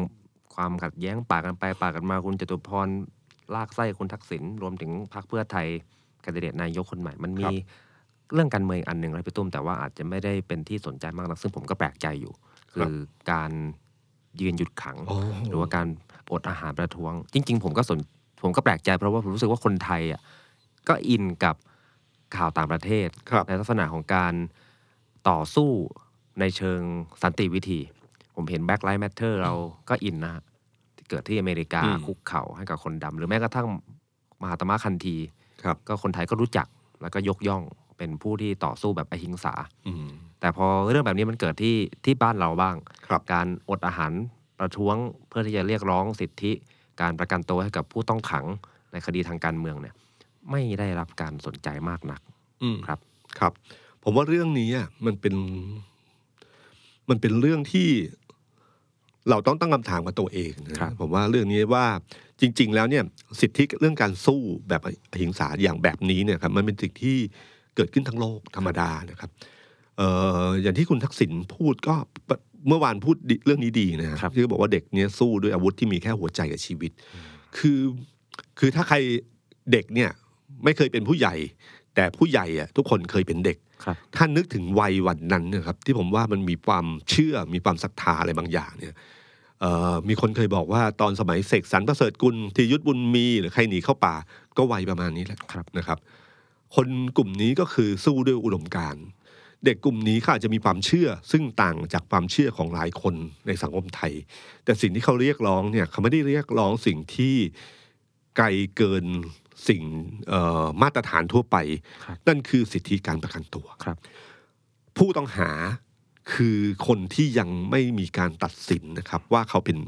C: ความขัดแย้งปากกันไปปากกันมาคุณจตุพรลากไส้คุณทักษิณรวมถึงพรรคเพื่อไทยคนดิเดตนายกคนใหม่ มัน
B: ค
C: มี
B: รับ
C: เรื่องการเมืองอีกอันหนึ่งครับพี่ตุ้มแต่ว่าอาจจะไม่ได้เป็นที่สนใจมากนักซึ่งผมก็แปลกใจอยู่
B: ครั
C: คื
B: บ
C: อการยืนหยุดขัง
B: โอ้
C: หรือว่าการอดอาหารประท้วง จริง ๆ ผมก็สนผมก็แปลกใจเพราะว่าผมรู้สึกว่าคนไทยอ่ะก็อินกับข่าวต่างประเทศ
B: ครับ
C: ในลักษณะของการต่อสู้ ในเชิงสันติวิธี ผมเห็น Black Lives Matter เราก็อินนะฮะที่เกิดที่อเมริกา
B: อืม
C: คุกเข่าให้กับคนดำหรือแม้กระทั่งมหาตมะคันธี
B: ครับ
C: ก็คนไทยก็รู้จักแล้วก็ยกย่องเป็นผู้ที่ต่อสู้แบบอหิงสา
B: อืม
C: แต่พอเรื่องแบบนี้มันเกิดที่ที่บ้านเราบ้าง
B: ครับ
C: การอดอาหารประท้วงเพื่อที่จะเรียกร้องสิทธิ การประกันตัวให้กับผู้ต้องขังในคดีทางการเมืองเนี่ย ไม่ได้รับการสนใจมากนัก
B: อืม
C: ครับ
B: ครับ ผมว่าเรื่องนี้อ่ะมันเป็น มันเป็นเรื่องที่เราต้องตั้งคำถามกับตัวเองนะครับ ผมว่าเรื่องนี้ว่าจริง ๆ แล้วเนี่ย สิทธิเรื่องการสู้แบบอหิงสาอย่างแบบนี้เนี่ยครับ มันเป็นสิ่งที่เกิดขึ้นทั้งโลกธรรมดานะครับ เอ่ออย่างที่คุณทักษิณพูดก็เมื่อวานพูดดิเรื่องนี้ดีนะครับ ที่เขาบอกว่าเด็กเนี่ยสู้ด้วยอาวุธที่มีแค่หัวใจกับชีวิต คือคือถ้าใครเด็กเนี่ยไม่เคยเป็นผู้ใหญ่ แต่ผู้ใหญ่อะทุกคนเคยเป็นเด็ก
C: ครับ
B: ถ้านึกถึงวัยวันนั้นนะครับที่ผมว่ามันมีความเชื่อมีความศรัทธาอะไรบางอย่างเนี่ยเอ่อมีคนเคยบอกว่าตอนสมัยเสกสรรประเสริฐกุลทียุทธบุญมีหรือใครหนีเข้าป่าก็วัยประมาณนี้แหละ
C: ครับ
B: นะครับ คนกลุ่มนี้ก็คือสู้ด้วยอุดมการณ์เด็กกลุ่มนี้เขาอาจจะมีความเชื่อ ซึ่งต่างจากความเชื่อของหลายคนในสังคมไทย แต่สิ่งที่เขาเรียกร้องเนี่ยเขาไม่ได้เรียกร้องสิ่งที่ไกลเกินสิ่งเอ่อมาตรฐานทั่วไป
C: ครับ
B: นั่นคือสิทธิการประกันตัว
C: ครับ
B: ผู้ต้องหาคือคนที่ยังไม่มีการตัดสินนะครับ ว่าเขาเป็น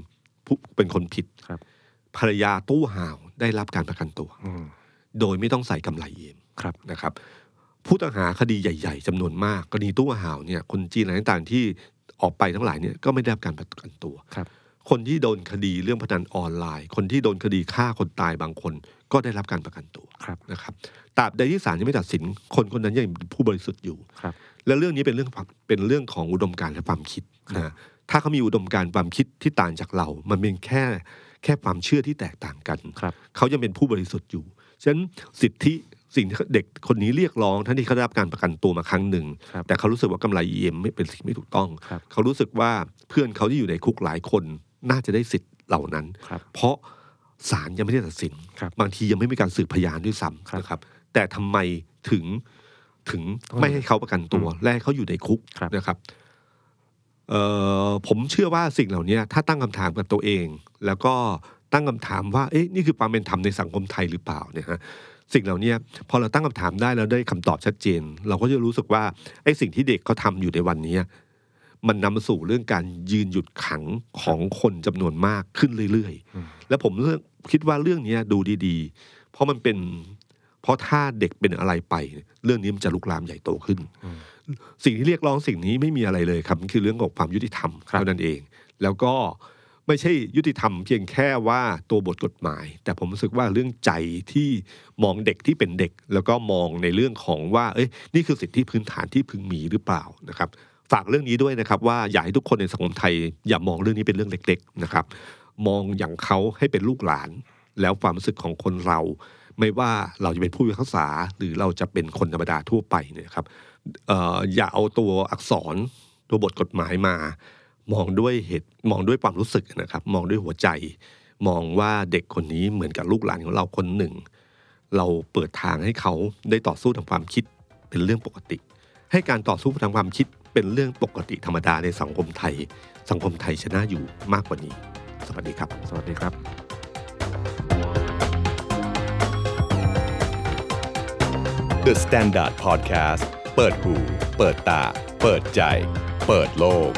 B: ผู้เป็นคนผิด
C: ครับ
B: ภรรยาตู้ห่าวได้รับการประกันตัว
C: อืม
B: โดยไม่ต้องใส่กำไรเอ็ม
C: ครับ
B: นะครับ ผู้ต้องหาคดีใหญ่ ๆจำนวนมากกรณีตู้ห่าวเนี่ยคนจีนอะไรต่างๆที่ออกไปทั้งหลายเนี่ยก็ไม่ได้รับการประกันตัว
C: ครับ
B: คนที่โดนคดีเรื่องพนันออนไลน์ คนที่โดนคดีฆ่าคนตายบางคน ก็ได้รับการประกันตัว
C: ครับ
B: นะครับตราบใดที่ศาลยังไม่ตัดสิน คนคนนั้นยังเป็นผู้บริสุทธิ์อยู่
C: ครับ
B: และเรื่องนี้เป็นเรื่องความเป็นเรื่องของอุดมการณ์และความคิดนะถ้าเขามีอุดมการณ์ความคิดที่ต่างจากเรา มันเป็นแค่แค่ความเชื่อที่แตกต่างกัน
C: ครับ
B: เขายังเป็นผู้บริสุทธิ์อยู่ ฉะนั้นสิทธิสิ่งที่เด็กคนนี้เรียกร้องทั้งที่เขาได้รับการประกันตัวมาครั้งหนึ่ง
C: ครับ
B: แต่เขารู้สึกว่ากำไรเอ็มไม่เป็นสิ่งไม่ถูกต้อง
C: ครับ
B: เขารู้สึกว่าเพื่อนเขาที่อยู่ในคุกหลายคน น่าจะได้สิทธิ์เหล่านั้น
C: ครับ
B: เพราะศาลยังไม่ได้ตัดสิน
C: ครับ
B: บางทียังไม่มีการสืบพยานด้วยซ้
C: ค
B: ำ
C: รับ
B: นะครับ แต่ทำไมถึงถึงไม่ให้เขาประกันตัว และให้เขาอยู่ในคุก
C: ครับ
B: นะครับเอ่อผมเชื่อว่าสิ่งเหล่านี้ถ้าตั้งคำถามกับตัวเอง แล้วก็ตั้งคำถามว่าเอ๊ะนี่คือความเป็นธรรมในสังคมไทยหรือเปล่าเนี่ยฮะสิ่งเหล่านี้พอเราตั้งคำถามได้แล้วได้คำตอบชัดเจน เราก็จะรู้สึกว่าไอ้สิ่งที่เด็กเขาทำอยู่ในวันนี้ มันนำมาสู่เรื่องการยืนหยุดขังของคนจำนวนมากขึ้นเรื่อย
C: อืม
B: ๆ และผมเลือกคิดว่าเรื่องเนี้ยดูดีๆ เพราะมันเป็น เพราะถ้าเด็กเป็นอะไรไปเนี่ยเรื่องนี้มันจะลุกลามใหญ่โตขึ้น สิ่งที่เรียกร้องสิ่งนี้ไม่มีอะไรเลยครับมันคือเรื่องของความยุติธรรม
C: ครับ
B: เท่านั้นเอง แล้วก็ไม่ใช่ยุติธรรมเพียงแค่ว่าตัวบทกฎหมาย แต่ผมรู้สึกว่าเรื่องใจที่มองเด็กที่เป็นเด็ก แล้วก็มองในเรื่องของว่า เอ้ยนี่คือสิทธิพื้นฐานที่พึงมีหรือเปล่านะครับ ฝากเรื่องนี้ด้วยนะครับ ว่าอยากให้ทุกคนในสังคมไทย อย่ามองเรื่องนี้เป็นเรื่องเล็ก ๆนะครับ มองอย่างเขาให้เป็นลูกหลาน แล้วความรู้สึกของคนเรา ไม่ว่าเราจะเป็นผู้พิพากษาหรือเราจะเป็นคนธรรมดาทั่วไปเนี่ยครับ เอ่ออย่าเอาตัวอักษรตัวบทกฎหมายมา มองด้วยเหตุมองด้วยความรู้สึกนะครับ มองด้วยหัวใจ มองว่าเด็กคนนี้เหมือนกับลูกหลานของเราคนหนึ่ง เราเปิดทางให้เขาได้ต่อสู้ทางความคิดเป็นเรื่องปกติ ให้การต่อสู้ทางความคิดเป็นเรื่องปกติธรรมดาในสังคมไทย สังคมไทยชนะอยู่มากกว่านี้ สวัสดีครับ
C: สวัสดีครับ
A: The Standard Podcast เปิดหูเปิดตา เปิดใจ เปิดโลก